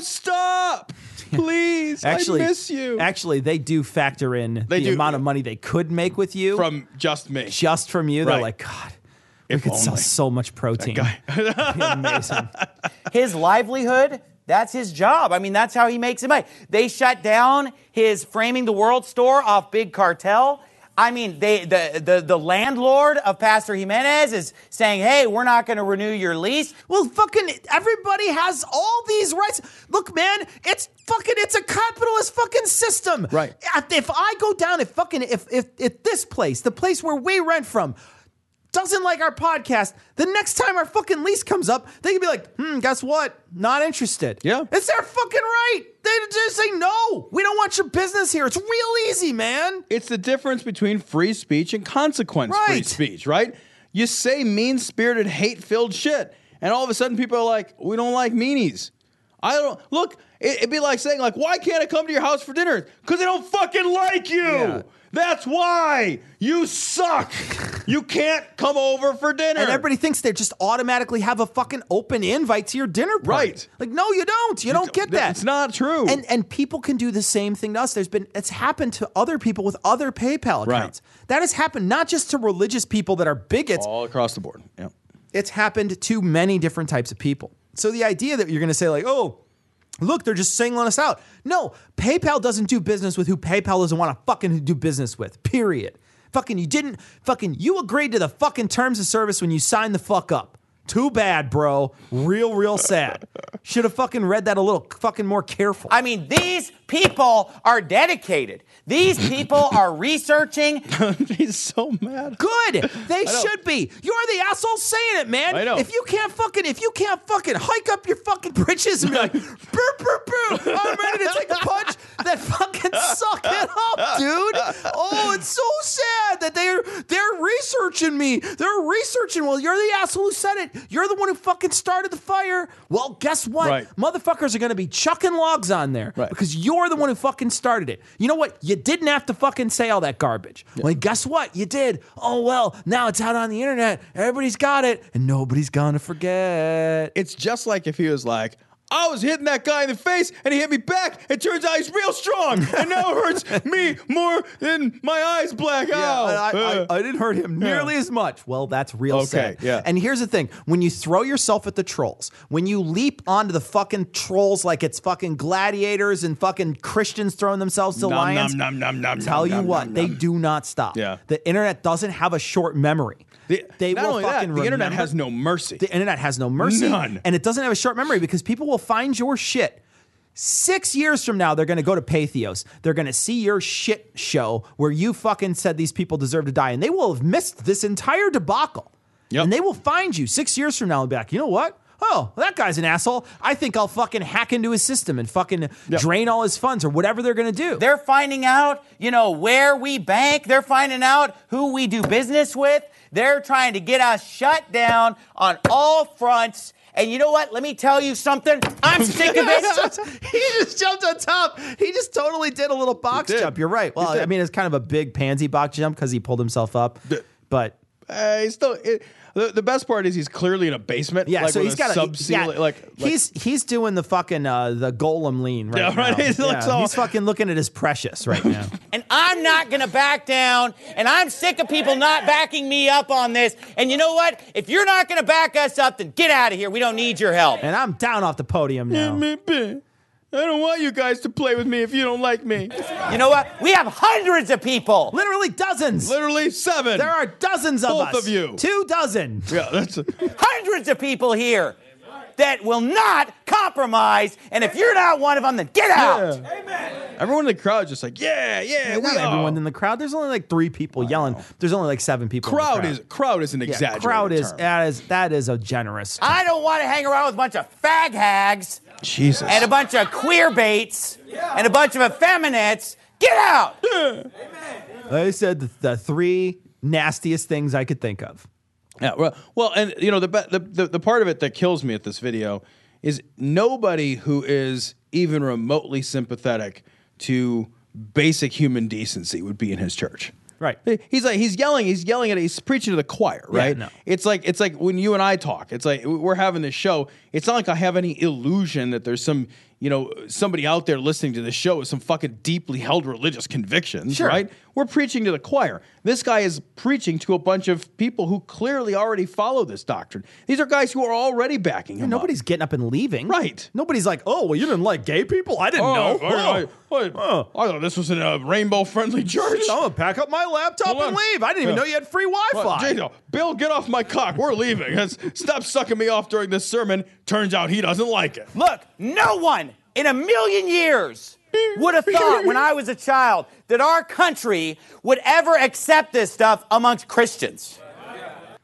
stop, please,
Actually,
I miss you.
actually, they do factor in
They
the
do.
amount of money they could make with you
from just me,
just from you. They're
Right.
like, God, we
If
could sell
only.
so much protein. Amazing.
his livelihood. That's his job. I mean, that's how he makes his money. They shut down his Framing the World store off Big Cartel. I mean, they, the, the, the landlord of Pastor Jimenez is saying, hey, we're not going to renew your lease.
Well, fucking everybody has all these rights. Look, man, it's fucking it's a capitalist fucking system. Right. If I go down, if fucking if if if this place, the place where we rent from, doesn't like our podcast, the next time our fucking lease comes up, they can be like, hmm, guess what? Not interested. Yeah. It's their fucking right. They just say no. We don't want your business here. It's real easy, man.
It's the difference between free speech and consequence free
Right.
speech, right? You say mean spirited, hate filled shit, and all of a sudden people are like, we don't like meanies. I don't look, it, would be like saying, like, why can't I come to your house for dinner? Because they don't fucking like you. That's why you suck. you can't come over for dinner.
And everybody thinks they just automatically have a fucking open invite to your dinner party. Right. Like, no, you don't. You don't get that. It's
not true.
And and people can do the same thing to us. There's been it's happened to other people with other PayPal accounts. That has happened not just to religious people that are bigots.
All across the board. Yeah.
It's happened to many different types of people. So the idea that you're gonna say, like, oh, look, they're just singling us out. No, PayPal doesn't do business with who PayPal doesn't want to fucking do business with. Period. Fucking you didn't fucking you agreed to the fucking terms of service when you signed the fuck up. Too bad, bro. Real, real sad. Should have fucking read that a little fucking more careful.
I mean, these people are dedicated. These people are researching.
He's so mad.
Good. They should be. You're the asshole saying it, man.
I know.
If you can't fucking, if you can't fucking hike up your fucking britches and be like, boo, boo, boo, I'm ready to take a punch, then fucking suck it up, dude. Oh, it's so sad that they're they're researching me. They're researching. Well, you're the asshole who said it. You're the one who fucking started the fire. Well, guess what?
Right.
Motherfuckers are gonna be chucking logs on there because you're the one who fucking started it. You know what? You didn't have to fucking say all that garbage. Well, guess what? You did. Oh well, now it's out on the internet. Everybody's got it, and nobody's gonna forget.
It's just like if he was like, I was hitting that guy in the face and he hit me back. It turns out he's real strong and now it hurts me more than my eyes black out.
I,
Uh.
I, I didn't hurt him nearly as much. Well, that's real
Okay,
sad.
yeah.
And here's the thing: when you throw yourself at the trolls, when you leap onto the fucking trolls like it's fucking gladiators and fucking Christians throwing themselves to
Nom,
lions,
nom, nom, nom, nom,
tell you
nom,
what,
nom,
they
nom.
do not stop.
Yeah.
The internet doesn't have a short memory.
The-
they
not
will
only that,
fucking
the internet
remember-
has no mercy.
The internet has no mercy.
None.
And it doesn't have a short memory because people will find your shit. Six years from now, they're going to go to Pathos. They're going to see your shit show where you fucking said these people deserve to die. And they will have missed this entire debacle. And they will find you six years from now and be like, you know what? Oh, that guy's an asshole. I think I'll fucking hack into his system and fucking drain all his funds or whatever they're going to do.
They're finding out, you know, where we bank. They're finding out who we do business with. They're trying to get us shut down on all fronts. And you know what? Let me tell you something. I'm sick of it.
he just jumped on top. He just totally did a little box jump. You're right. Well, I mean, it's kind of a big pansy box jump because he pulled himself up. But
Uh, he's still, it, the, the best part is he's ceiling, clearly in a basement.
yeah,
like
so
with
he's
a
got a
sub
yeah,
like, like
he's he's doing the fucking uh, the golem lean right
Yeah,
now.
right. He looks all-
he's fucking looking at his precious right now.
and I'm not going to back down. And I'm sick of people not backing me up on this. And you know what? If you're not going to back us up, then get out of here. We don't need your help.
and I'm down off the podium now.
I don't want you guys to play with me if you don't like me.
You know what? We have hundreds of people.
Literally dozens.
Literally seven.
There are dozens of
Both
us.
of you.
Two dozen.
yeah, that's
hundreds of people here that will not compromise. And if you're not one of them, then get out.
everyone in the crowd just like, yeah, yeah, we
Not
are.
everyone in the crowd. There's only like three people yelling. There's only like seven people. in the
crowd is crowd is an
yeah,
exaggeration.
crowd is that is that is a generous.
I don't want to hang around with a bunch of fag hags
Jesus.
and a bunch of queer baits and a bunch of effeminates. Get out.
I said the, the three nastiest things I could think of.
Yeah, well, well, and you know the, be- the the the part of it that kills me at this video is nobody who is even remotely sympathetic to basic human decency would be in his church.
Right.
He's like he's yelling, he's yelling at he's preaching to the choir,
Yeah,
right?
no.
It's like it's like when you and I talk, it's like we're having this show. It's not like I have any illusion that there's some, you know, somebody out there listening to this show with some fucking deeply held religious convictions,
Sure.
right? We're preaching to the choir. This guy is preaching to a bunch of people who clearly already follow this doctrine. These are guys who are already backing him.
Nobody's getting up and leaving.
Right.
Nobody's like, oh, well, you didn't like gay people? I didn't
Oh,
know.
all right. Wait, I thought this was in a rainbow friendly church.
I'm gonna pack up my laptop
Hold
and
on.
leave. I didn't even
Yeah.
know you had free Wi-Fi.
Well, Jay, no. Bill, get off my cock. We're leaving. That's- Stop sucking me off during this sermon. Turns out he doesn't like it.
Look, no one in a million years would have thought when I was a child that our country would ever accept this stuff amongst Christians.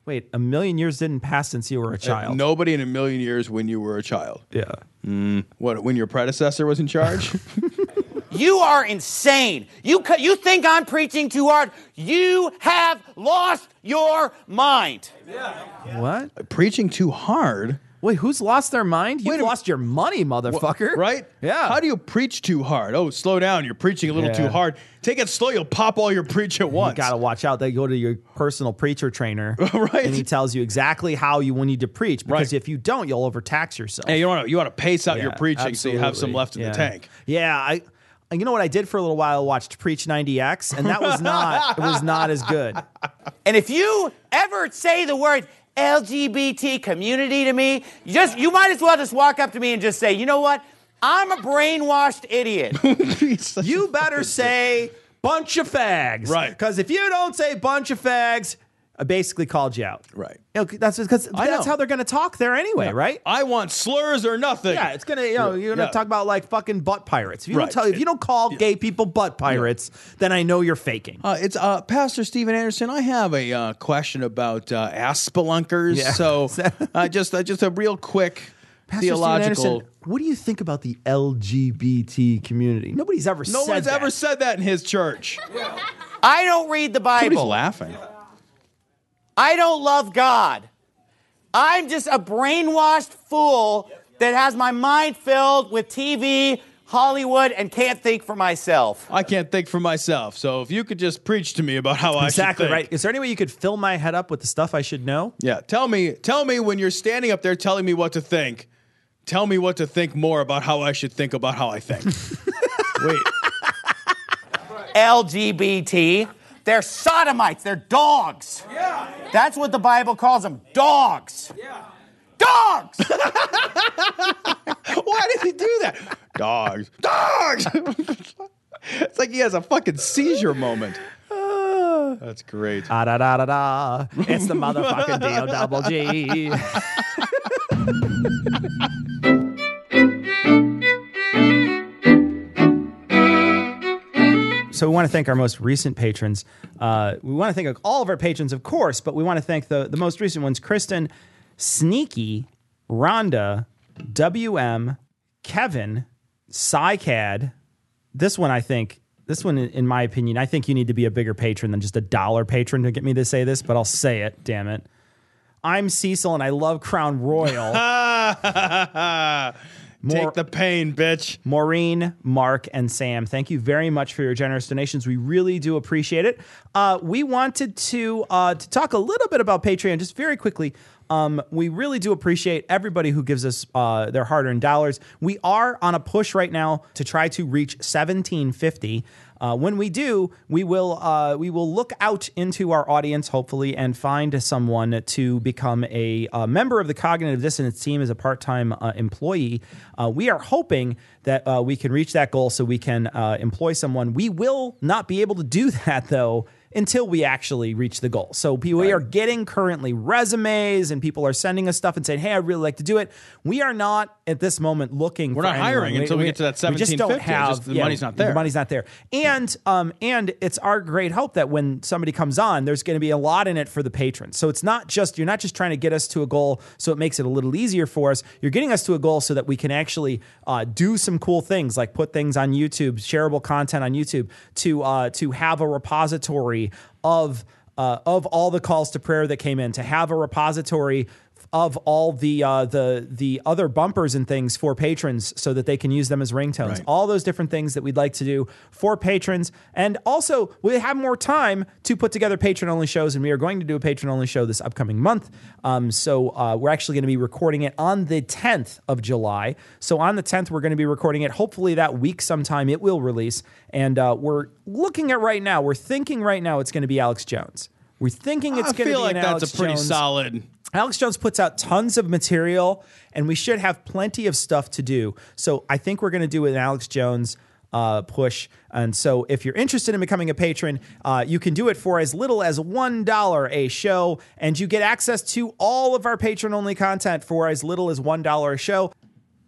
Wait, a million years didn't pass since
Uh,
you were a child.
Nobody in a million years when you were a child. Mm.
Yeah.
What, when your predecessor was in charge?
You are insane. You, cu- you think I'm preaching too hard. You have lost your mind.
What?
Preaching too hard?
Wait, who's lost their mind? You've lost your money, motherfucker.
right?
Yeah.
How do you preach too hard? Oh, slow down. You're preaching a little
Yeah.
too hard. Take it slow. You'll pop all your preach at
You
once.
gotta watch out. They go to your personal preacher trainer,
Right.
And he tells you exactly how you will need to preach. Because
Right.
if you don't, you'll overtax yourself.
Hey, you want to you want to pace out
Yeah,
your preaching so you have some
absolutely.
left in
Yeah.
the tank.
Yeah, I. and You know what I did for a little while? Watched Preach 90X, and that was not it was not as good.
And if you ever say the word LGBT community to me, you just you might as well just walk up to me and just say, you know what? I'm a brainwashed idiot.
You better say bunch of fags,
Right.
Because if you don't say bunch of fags, I basically called you out.
Right.
You know, that's because that's
know.
how they're going to talk there anyway, right?
I want slurs or nothing.
Yeah, it's gonna you know you're gonna
Yeah.
talk about like fucking butt pirates. If you don't
Right.
tell if you don't call gay people butt pirates, then I know you're faking.
Uh, it's uh, Pastor Steven Anderson. I have a uh, question about uh, ass spelunkers.
Yeah.
So, uh, just uh, just a real quick
Pastor Steven
theological.
Anderson, what do you think about the LGBT community? Nobody's ever
No
said
one's
that.
ever said that in his church.
I don't read the Bible.
Nobody's laughing.
I don't love God. I'm just a brainwashed fool that has my mind filled with TV, Hollywood, and can't think for myself.
I can't think for myself. So, if you could just preach to me about how I should
Exactly
think.
right. Is there any way you could fill my head up with the stuff I should know?
Yeah, tell me, tell me when you're standing up there telling me what to think. Tell me what to think more about how I should think about how I think. Wait,
LGBT. They're sodomites. They're dogs. That's what the Bible calls them. Dogs. Dogs.
why did he do that? Dogs, dogs. it's like he has a fucking seizure moment. That's great.
Da da da da da. Uh, It's the motherfucking deal, double G. So we want to thank our most recent patrons. Uh, we want to thank all of our patrons, of course, but we want to thank the, the most recent ones: Kristen, Sneaky, Rhonda, WM, Kevin, Psycad. This one, I think. This one, in my opinion, I think you need to be a bigger patron than just a dollar patron to get me to say this, but I'll say it. Damn it. I'm Cecil, and I love Crown Royal.
Take the pain, bitch.
Maureen, Mark, and Sam, thank you very much for your generous donations. We really do appreciate it. Uh, we wanted to uh, to talk a little bit about Patreon just very quickly. Um, we really do appreciate everybody who gives us uh, their hard earned dollars. We are on a push right now to try to reach seventeen fifty. Uh, when we do, we will uh, we will look out into our audience, hopefully, and find someone to become a, uh member of the cognitive dissonance team as a part time uh, employee. Uh, we are hoping that uh, we can reach that goal, so we can uh, employ someone. We will not be able to do that though until we actually reach the goal. So we we are getting currently resumes, and people are sending us stuff and saying, "Hey, I really like to do it." We are not at this moment looking.
We're
for
not hiring
anyone.
until we get to that
we just don't
1750. It's
have
just the money's not there.
the money's not there. And um, and it's our great hope that when somebody comes on, there's going to be a lot in it for the patrons. So it's not just you're not just trying to get us to a goal, so it makes it a little easier for us. You're getting us to a goal so that we can actually uh, do some cool things, like put things on YouTube, shareable content on YouTube, to uh, to have a repository of. Uh, of all the calls to prayer that came in, to have a repository of all the uh, the the other bumpers and things for patrons so that they can use them as ringtones.
Right.
All those different things that we'd like to do for patrons, and also we have more time to put together patron only shows, and we are going to do a patron only show this upcoming month. Um, so uh, we're actually going to be recording it on the 10th of July. So on the 10th, we're going to be recording it. Hopefully that week sometime it will release, and uh, we're looking at right now. We're thinking right now it's going to be Alex Jones. We're thinking it's
I
going to be
feel like
an
that's
Alex
a pretty
Jones.
solid.
Alex Jones puts out tons of material, and we should have plenty of stuff to do. So I think we're going to do an Alex Jones uh, push. And so if you're interested in becoming a patron, uh, you can do it for as little as $1 a show, and you get access to all of our patron only content for as little as $1 a show.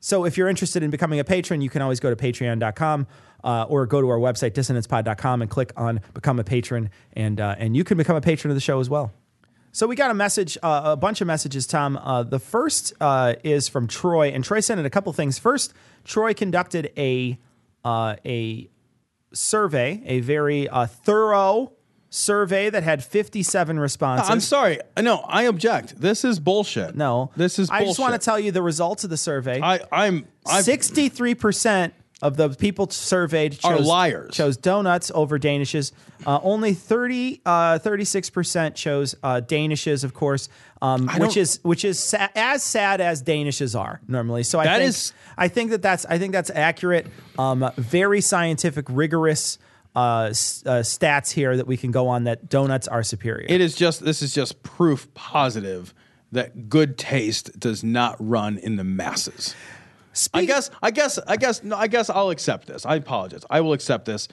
So if you're interested in becoming a patron, you can always go to patreon.com uh, or go to our website, dissonancepod.com, and click on Become a Patron, and, uh, and you can become a patron of the show as well. So we got a message, uh, a bunch of messages, Tom. Uh, the first uh, is from Troy, and Troy sent in a couple things. First, Troy conducted a uh, a survey, a very uh, thorough survey that had 57 responses.
I'm sorry. No, I object. This is bullshit. No, this is.
I just want
bullshit.
to tell you the results of the survey. I,
I'm
sixty-three percent of the people surveyed chose,
Are liars.
Chose donuts over danishes. Uh, only 30 36 percent chose uh, danishes, of course, um,
I
which
don't-
is which is sa- as sad as danishes are normally. So I
That
think,
is-
I think that that's I think that's accurate. Um, very scientific, rigorous. Uh, s- uh, stats here that we can go on that donuts are superior.
It is just this is just proof positive that good taste does not run in the masses. I guess I guess I guess no, I guess I'll accept this. I apologize. I will accept this.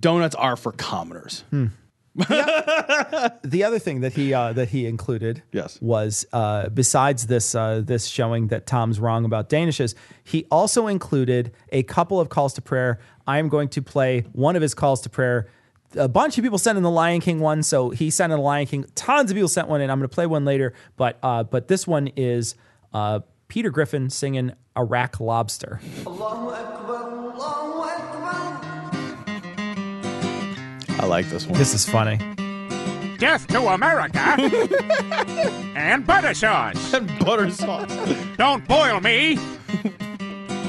Donuts are for commoners.
Hmm. the other thing that he uh, that he included yes. was uh, besides this uh, this showing that Tom's wrong about Danishes, he also included a couple of calls to prayer. I am going to play one of his calls to prayer. A bunch of people sent in the Lion King one, so he sent in the Lion King. Tons of people sent one in. I'm going to play one later, but uh, but this one is uh, Peter Griffin singing Iraq Lobster.
I like this one.
This is funny.
Death to America and butter sauce.
And butter sauce.
Don't boil me.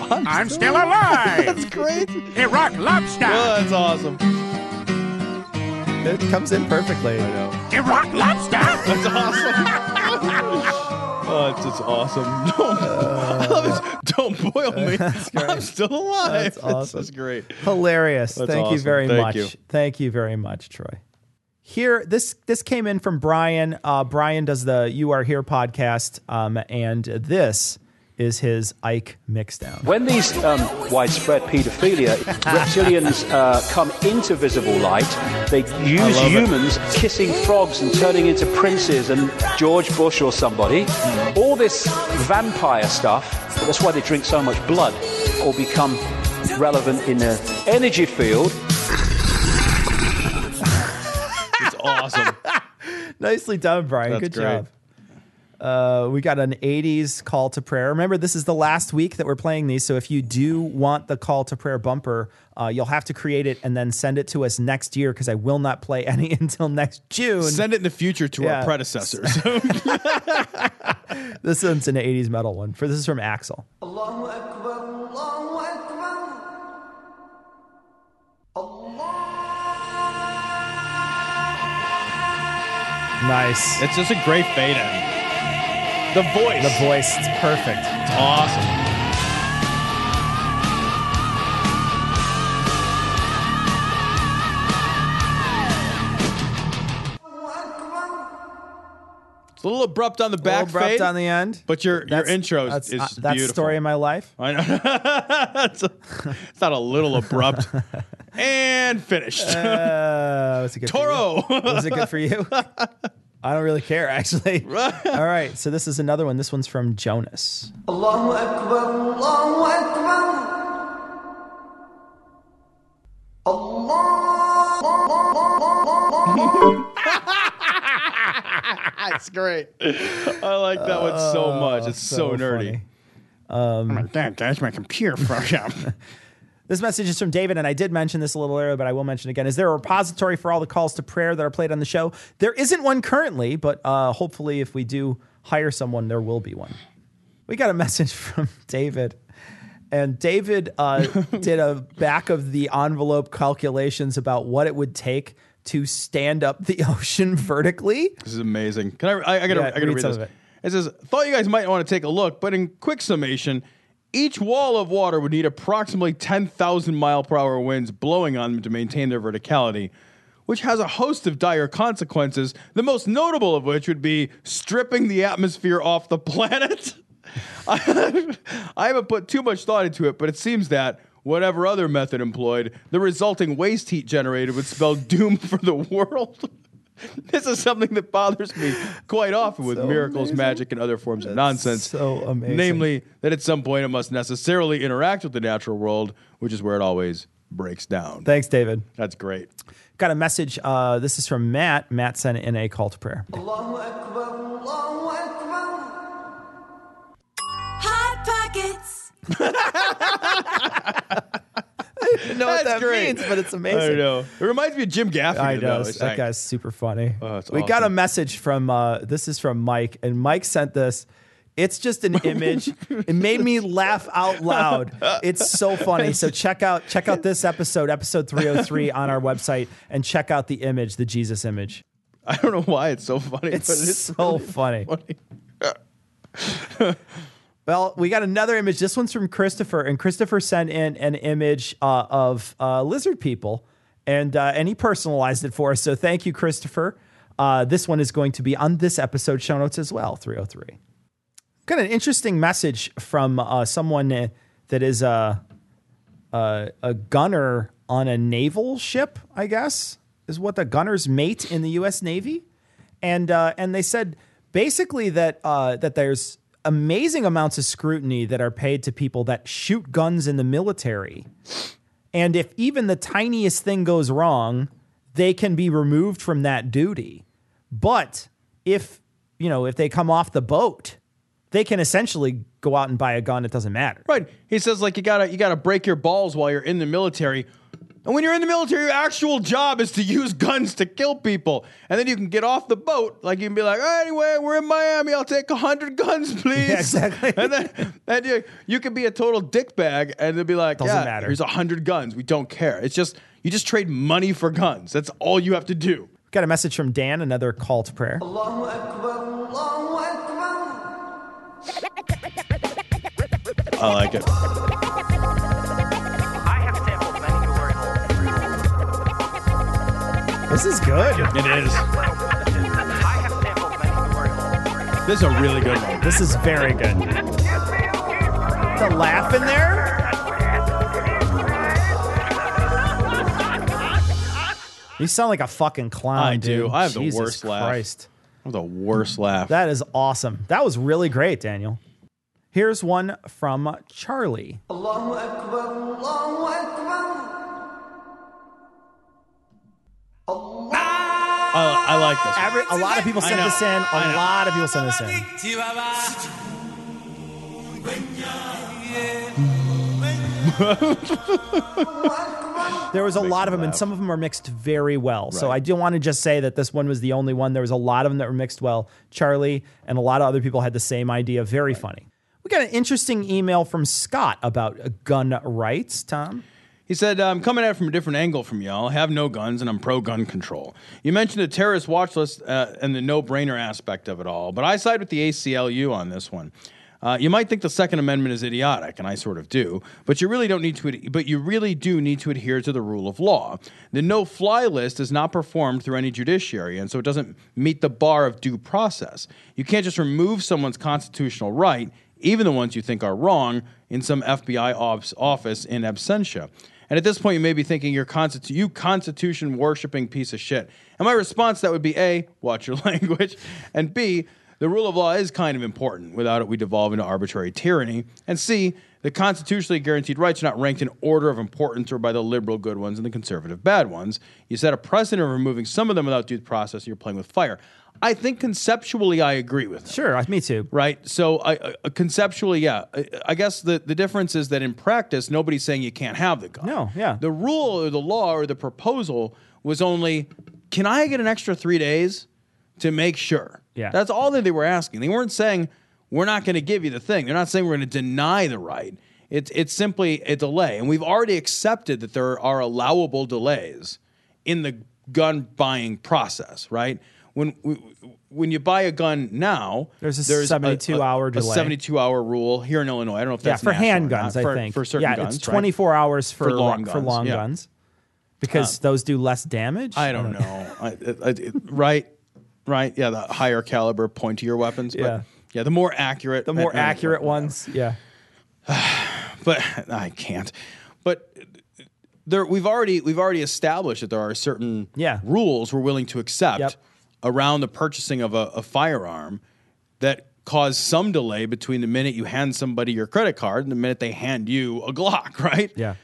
I'm, still alive. That's
great.
Iraq lobster.
Oh, that's awesome.
It comes in perfectly. I
know.
Iraq lobster. That's
awesome. Oh, it's just awesome. Don't,
Uh,
I love it. Don't boil me. I'm still alive.
That's awesome.
This is great.
Hilarious.
That's
Thank you
awesome.
very
Thank
much.
you.
Thank you very much, Troy. Here, this this came in from Brian. Uh, Brian does the "You Are Here" podcast, um, and this is his Ike mixdown.
When these um, widespread paedophilia, reptilians uh, come into visible light, they use
love it.
humans kissing frogs and turning into princes and George Bush or somebody.
Hmm.
All this vampire stuff, that's why they drink so much blood or become relevant in the energy field.
It's awesome.
Nicely done, Brian.
That's
Good
great.
job. Uh, we got an 80s call to prayer. Remember, this is the last week that we're playing these. So if you do want the call to prayer bumper, uh, you'll have to create it and then send it to us next year because I will not play any until next June.
Send it in the future to
Yeah.
our predecessors.
this one's an 80s metal one. For This is from Axel. Nice.
It's just a great fade in. The voice. The
voice. It's perfect.
It's awesome. It's a little abrupt on the back
Little abrupt
fade,
on the end.
but your
That's-
your intro is,
that's,
is
uh, that's
beautiful.
story of my life.
I know. it's, a- it's not a little abrupt. and finished.
Uh, was it good
Toro.
For you? Was it good for you? I don't really care, actually. All right, so this is another one. This one's from Jonas.
Allahu Akbar, Allahu Akbar.
That's great. I like that one Oh, so much. It's so, nerdy.
Um,
That's my computer program.
This message is from David, and I did mention this a little earlier, but I will mention again. Is there a repository for all the calls to prayer that are played on the show? There isn't one currently, but uh, hopefully, if we do hire someone, there will be one. We got a message from David, and David uh, did a back of the envelope calculations about what it would take to stand up the ocean vertically.
This is amazing. Can I? I, I gotta.
Yeah,
I gotta
read
read,
some
this.
of it.
It. says, "Thought you guys might want to take a look, but in quick summation, each wall of water would need approximately ten thousand mile per hour winds blowing on them to maintain their verticality." Which has a host of dire consequences, the most notable of which would be stripping the atmosphere off the planet. I, I haven't put too much thought into it, but it seems that, whatever other method employed, the resulting waste heat generated would spell doom for the world. this is something that bothers me quite often with miracles, magic, and other forms of nonsense.
So amazing.
Namely, that at some point it must necessarily interact with the natural world, which is where it always breaks down.
Thanks, David.
That's great.
Got a message. Uh, this is from Matt. Matt sent in a call to prayer.
Hot pockets.
know what that
That's
means, but it's amazing.
I know. It reminds me of Jim Gaffigan.
I know.
though. It's
that
like- Oh,
guy's super funny.
it's
we got a
awesome.
message from uh, this is from Mike, and Mike sent this. It's just an image. it made me laugh out loud. It's so funny. So check out check out this episode, episode 303 on our website and check out the image, the Jesus image.
I don't know why it's so funny.
It's,
but it's
so funny. well, we got another image. This one's from Christopher, and Christopher sent in an image uh, of uh, lizard people, and uh, and he personalized it for us. So thank you, Christopher. Uh, this one is going to be on this episode show notes as well. Three hundred three. Got an interesting message from uh, someone uh, that is uh, a, a uh, a gunner on a naval ship. I guess is what the gunner's mate in the U.S. Navy, and uh, and they said basically that uh, that there's amazing amounts of scrutiny that are paid to people that shoot guns in the military, and if even the tiniest thing goes wrong, they can be removed from that duty. But if you know if they come off the boat, they can essentially go out and buy a gun. It doesn't matter.
Right. He says like you gotta you gotta break your balls while you're in the military. And when you're in the military, your actual job is to use guns to kill people. And then you can get off the boat. Like you can be like, anyway, we're in Miami. I'll take hundred guns, please. exactly. And then and you, you can be a total dickbag, and they'll be like,
Doesn't
yeah,
matter.
here's hundred guns. We don't care. It's just you just trade money for guns. That's all you have to do.
Got a message from Dan, another call to prayer.
I like it.
This is good.
It is. This is a really good one.
This is very good. The laugh in there. You sound like a fucking clown.
I
dude.
do. I have the
Jesus
worst laugh.
Christ.
I have the worst laugh.
That is awesome. That was really great, Daniel. Here's one from Charlie.
Oh, I like this.
Every, a lot of people
I
send
know.
this in.
I
A
know.
lot of people send this in. There was a lot of them, and some of them are mixed very well. So
Right.
I do want to just say that this one was the only one. There was a lot of them that were mixed well. Charlie and a lot of other people had the same idea. Very funny. We got an interesting email from Scott about gun rights, Tom.
He said, I'm coming at it from a different angle from y'all. I have no guns and I'm pro gun control. You mentioned the terrorist watch list uh, and the no brainer aspect of it all, but I side with the ACLU on this one. Uh, you might think the Second Amendment is idiotic, and I sort of do, but you really don't need to. ad- But you really do need to adhere to the rule of law. The no-fly list is not performed through any judiciary, and so it doesn't meet the bar of due process. You can't just remove someone's constitutional right, even the ones you think are wrong, in some FBI ops office in absentia. And at this point, you may be thinking, you're constitu- you constitution worshiping piece of shit. And my response to that would be A, watch your language, and B, the rule of law is kind of important. Without it, we devolve into arbitrary tyranny. And C, The constitutionally guaranteed rights are not ranked in order of importance or by the liberal good ones and the conservative bad ones. You set a precedent of removing some of them without due process, and you're playing with fire. I think conceptually I agree with them.
Sure, me too.
Right? So I, uh, conceptually, yeah. I, I guess the, the difference is that in practice, nobody's saying you can't have the gun.
No, yeah.
The rule or the law or the proposal was only can I get an extra three days to make sure?
Yeah.
That's all that they were asking. They weren't saying we're not going to give you the thing. They're not saying we're going to deny the right. It's it's simply a delay, and we've already accepted that there are allowable delays in the gun buying process, right? When when you buy a gun now,
There's a 72 hour delay.
A 72 hour rule here in Illinois. I don't know if
Yeah,
that's
for
national or
handguns,
not,
I
for,
think.
for certain
yeah,
guns.
it's
right?
24 hours for,
For long
long, for
guns,
long
yeah.
guns because those do less damage. Uh,
I don't know. I, I, I- right, right. Yeah, the higher caliber, pointier weapons.
Yeah.
but, yeah. The more accurate,
The more
I- I-
accurate ones. Yeah.
but I can't. But there, we've already we've already established that there are certain rules we're willing to accept around the purchasing of a, a firearm that cause some delay between the minute you hand somebody your credit card and the minute they hand you a Glock, right?
Yeah.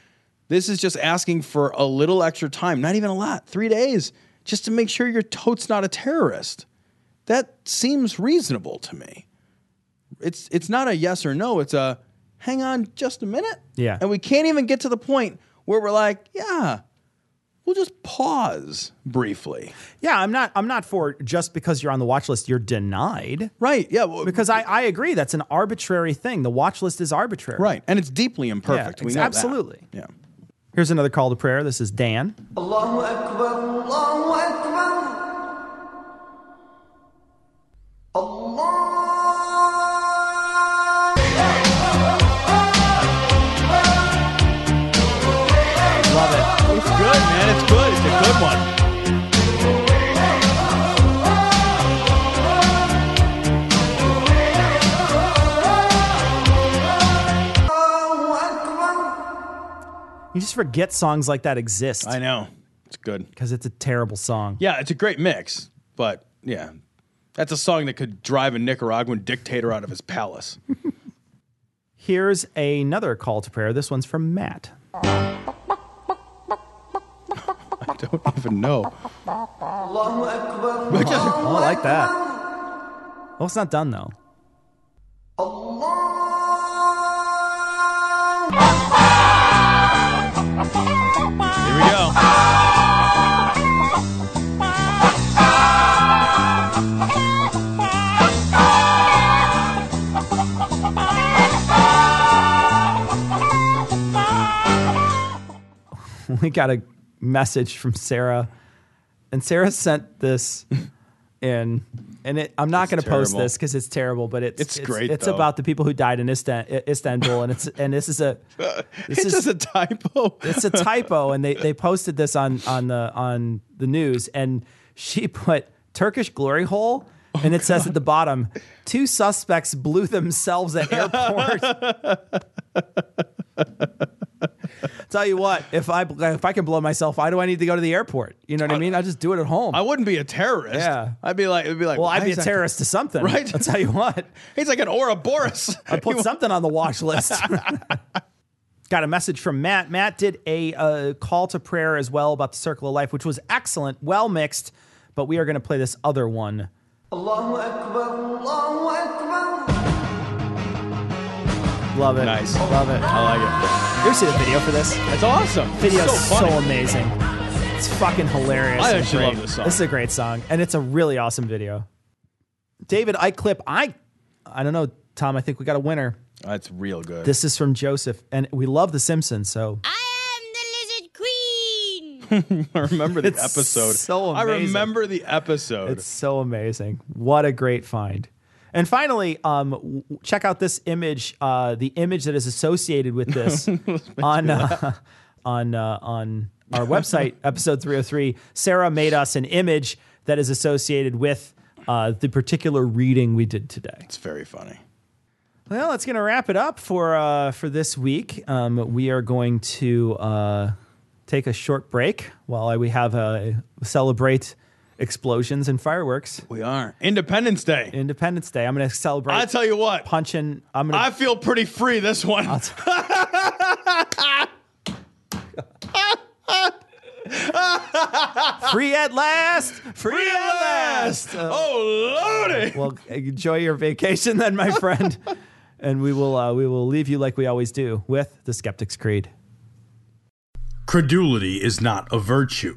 This is just asking for a little extra time, not even a lot, three days, just to make sure your tote's not a terrorist. That seems reasonable to me. It's it's not a yes or no. It's a hang on just a minute.
Yeah.
And we can't even get to the point where we're like, yeah, we'll just pause briefly.
Yeah, I'm not. I'm not for just because you're on the watch list, you're denied.
Right. Yeah.
because I, I agree. That's an arbitrary thing. The watch list is arbitrary.
Right. And it's deeply imperfect.
Yeah,
we
ex-
know that.
absolutely.
Yeah.
Here's another call to prayer. This is Dan.
Allahu Akbar, Allahu Akbar.
Love it. It's good, man. It's good. It's a good one.
You just forget songs like that exist. I
know. It's good.
Because it's a terrible song.
Yeah, it's a great mix, but yeah, that's a song that could drive a Nicaraguan dictator out of his palace.
Here's another call to prayer. This one's from Matt.
I don't even know.
Allahu Akbar.
I like that. Well, it's not done though.
Here we go.
we got a message from Sarah, and Sarah sent this in, and it, I'm not going to post
terrible.
this because it's terrible, but it's
It's great,
It's
though.
about the people who died in Istan- I- Istanbul, and it's and this is a this
It's
is
just a typo.
it's a typo, and they they posted this on on the on the news, and she put Turkish glory hole.
Oh,
And it says at the bottom, two suspects blew themselves at airport. Tell you what, if I if I can blow myself, why do I need to go to the airport? You know what I mean? I just do it at home. I
wouldn't be a terrorist.
Yeah,
I'd be like, it'd be like,
well, I'd
why
be a
is that-
terrorist to something,
Right?
I'll tell you what.
He's like an Ouroboros.
I put something on the watch list. Got a message from Matt. Matt did a uh, call to prayer as well about the circle of life, which was excellent, well mixed. But we are going to play this other one.
Allahu Akbar, Allahu Akbar.
Love it. Nice. Love it.
I
like it. You ever see the video for this?
That's awesome.
Video's
It's so
so,
funny.
amazing. It's fucking hilarious.
I
and
actually
great.
love this song.
This is a great song, and it's a really awesome video. David, I clip. I, I don't know, Tom. I think we got a winner.
That's real good.
This is from Joseph, and we love The Simpsons. So
I remember the
It's
episode.
so
I
amazing.
remember the episode.
It's so amazing. What a great find. And finally, um, w- w- check out this image, uh, the image that is associated with this on uh, on uh, on our website, episode 303. Sarah made us an image that is associated with uh, the particular reading we did today. It's
very funny.
Well, that's going to wrap it up for uh, for this week. Um, we are going to uh, take a short break while I, we have a uh, celebrate explosions and fireworks.
We are Independence Day.
Independence Day. I'm going to celebrate.
I tell you what,
punching. I'm going.
I feel pretty free this one.
Free at last! Free, at last! Uh,
oh, lordy!
Well, enjoy your vacation then, my friend. and we will uh, we will leave you like we always do with the Skeptic's Creed.
Credulity is not a virtue.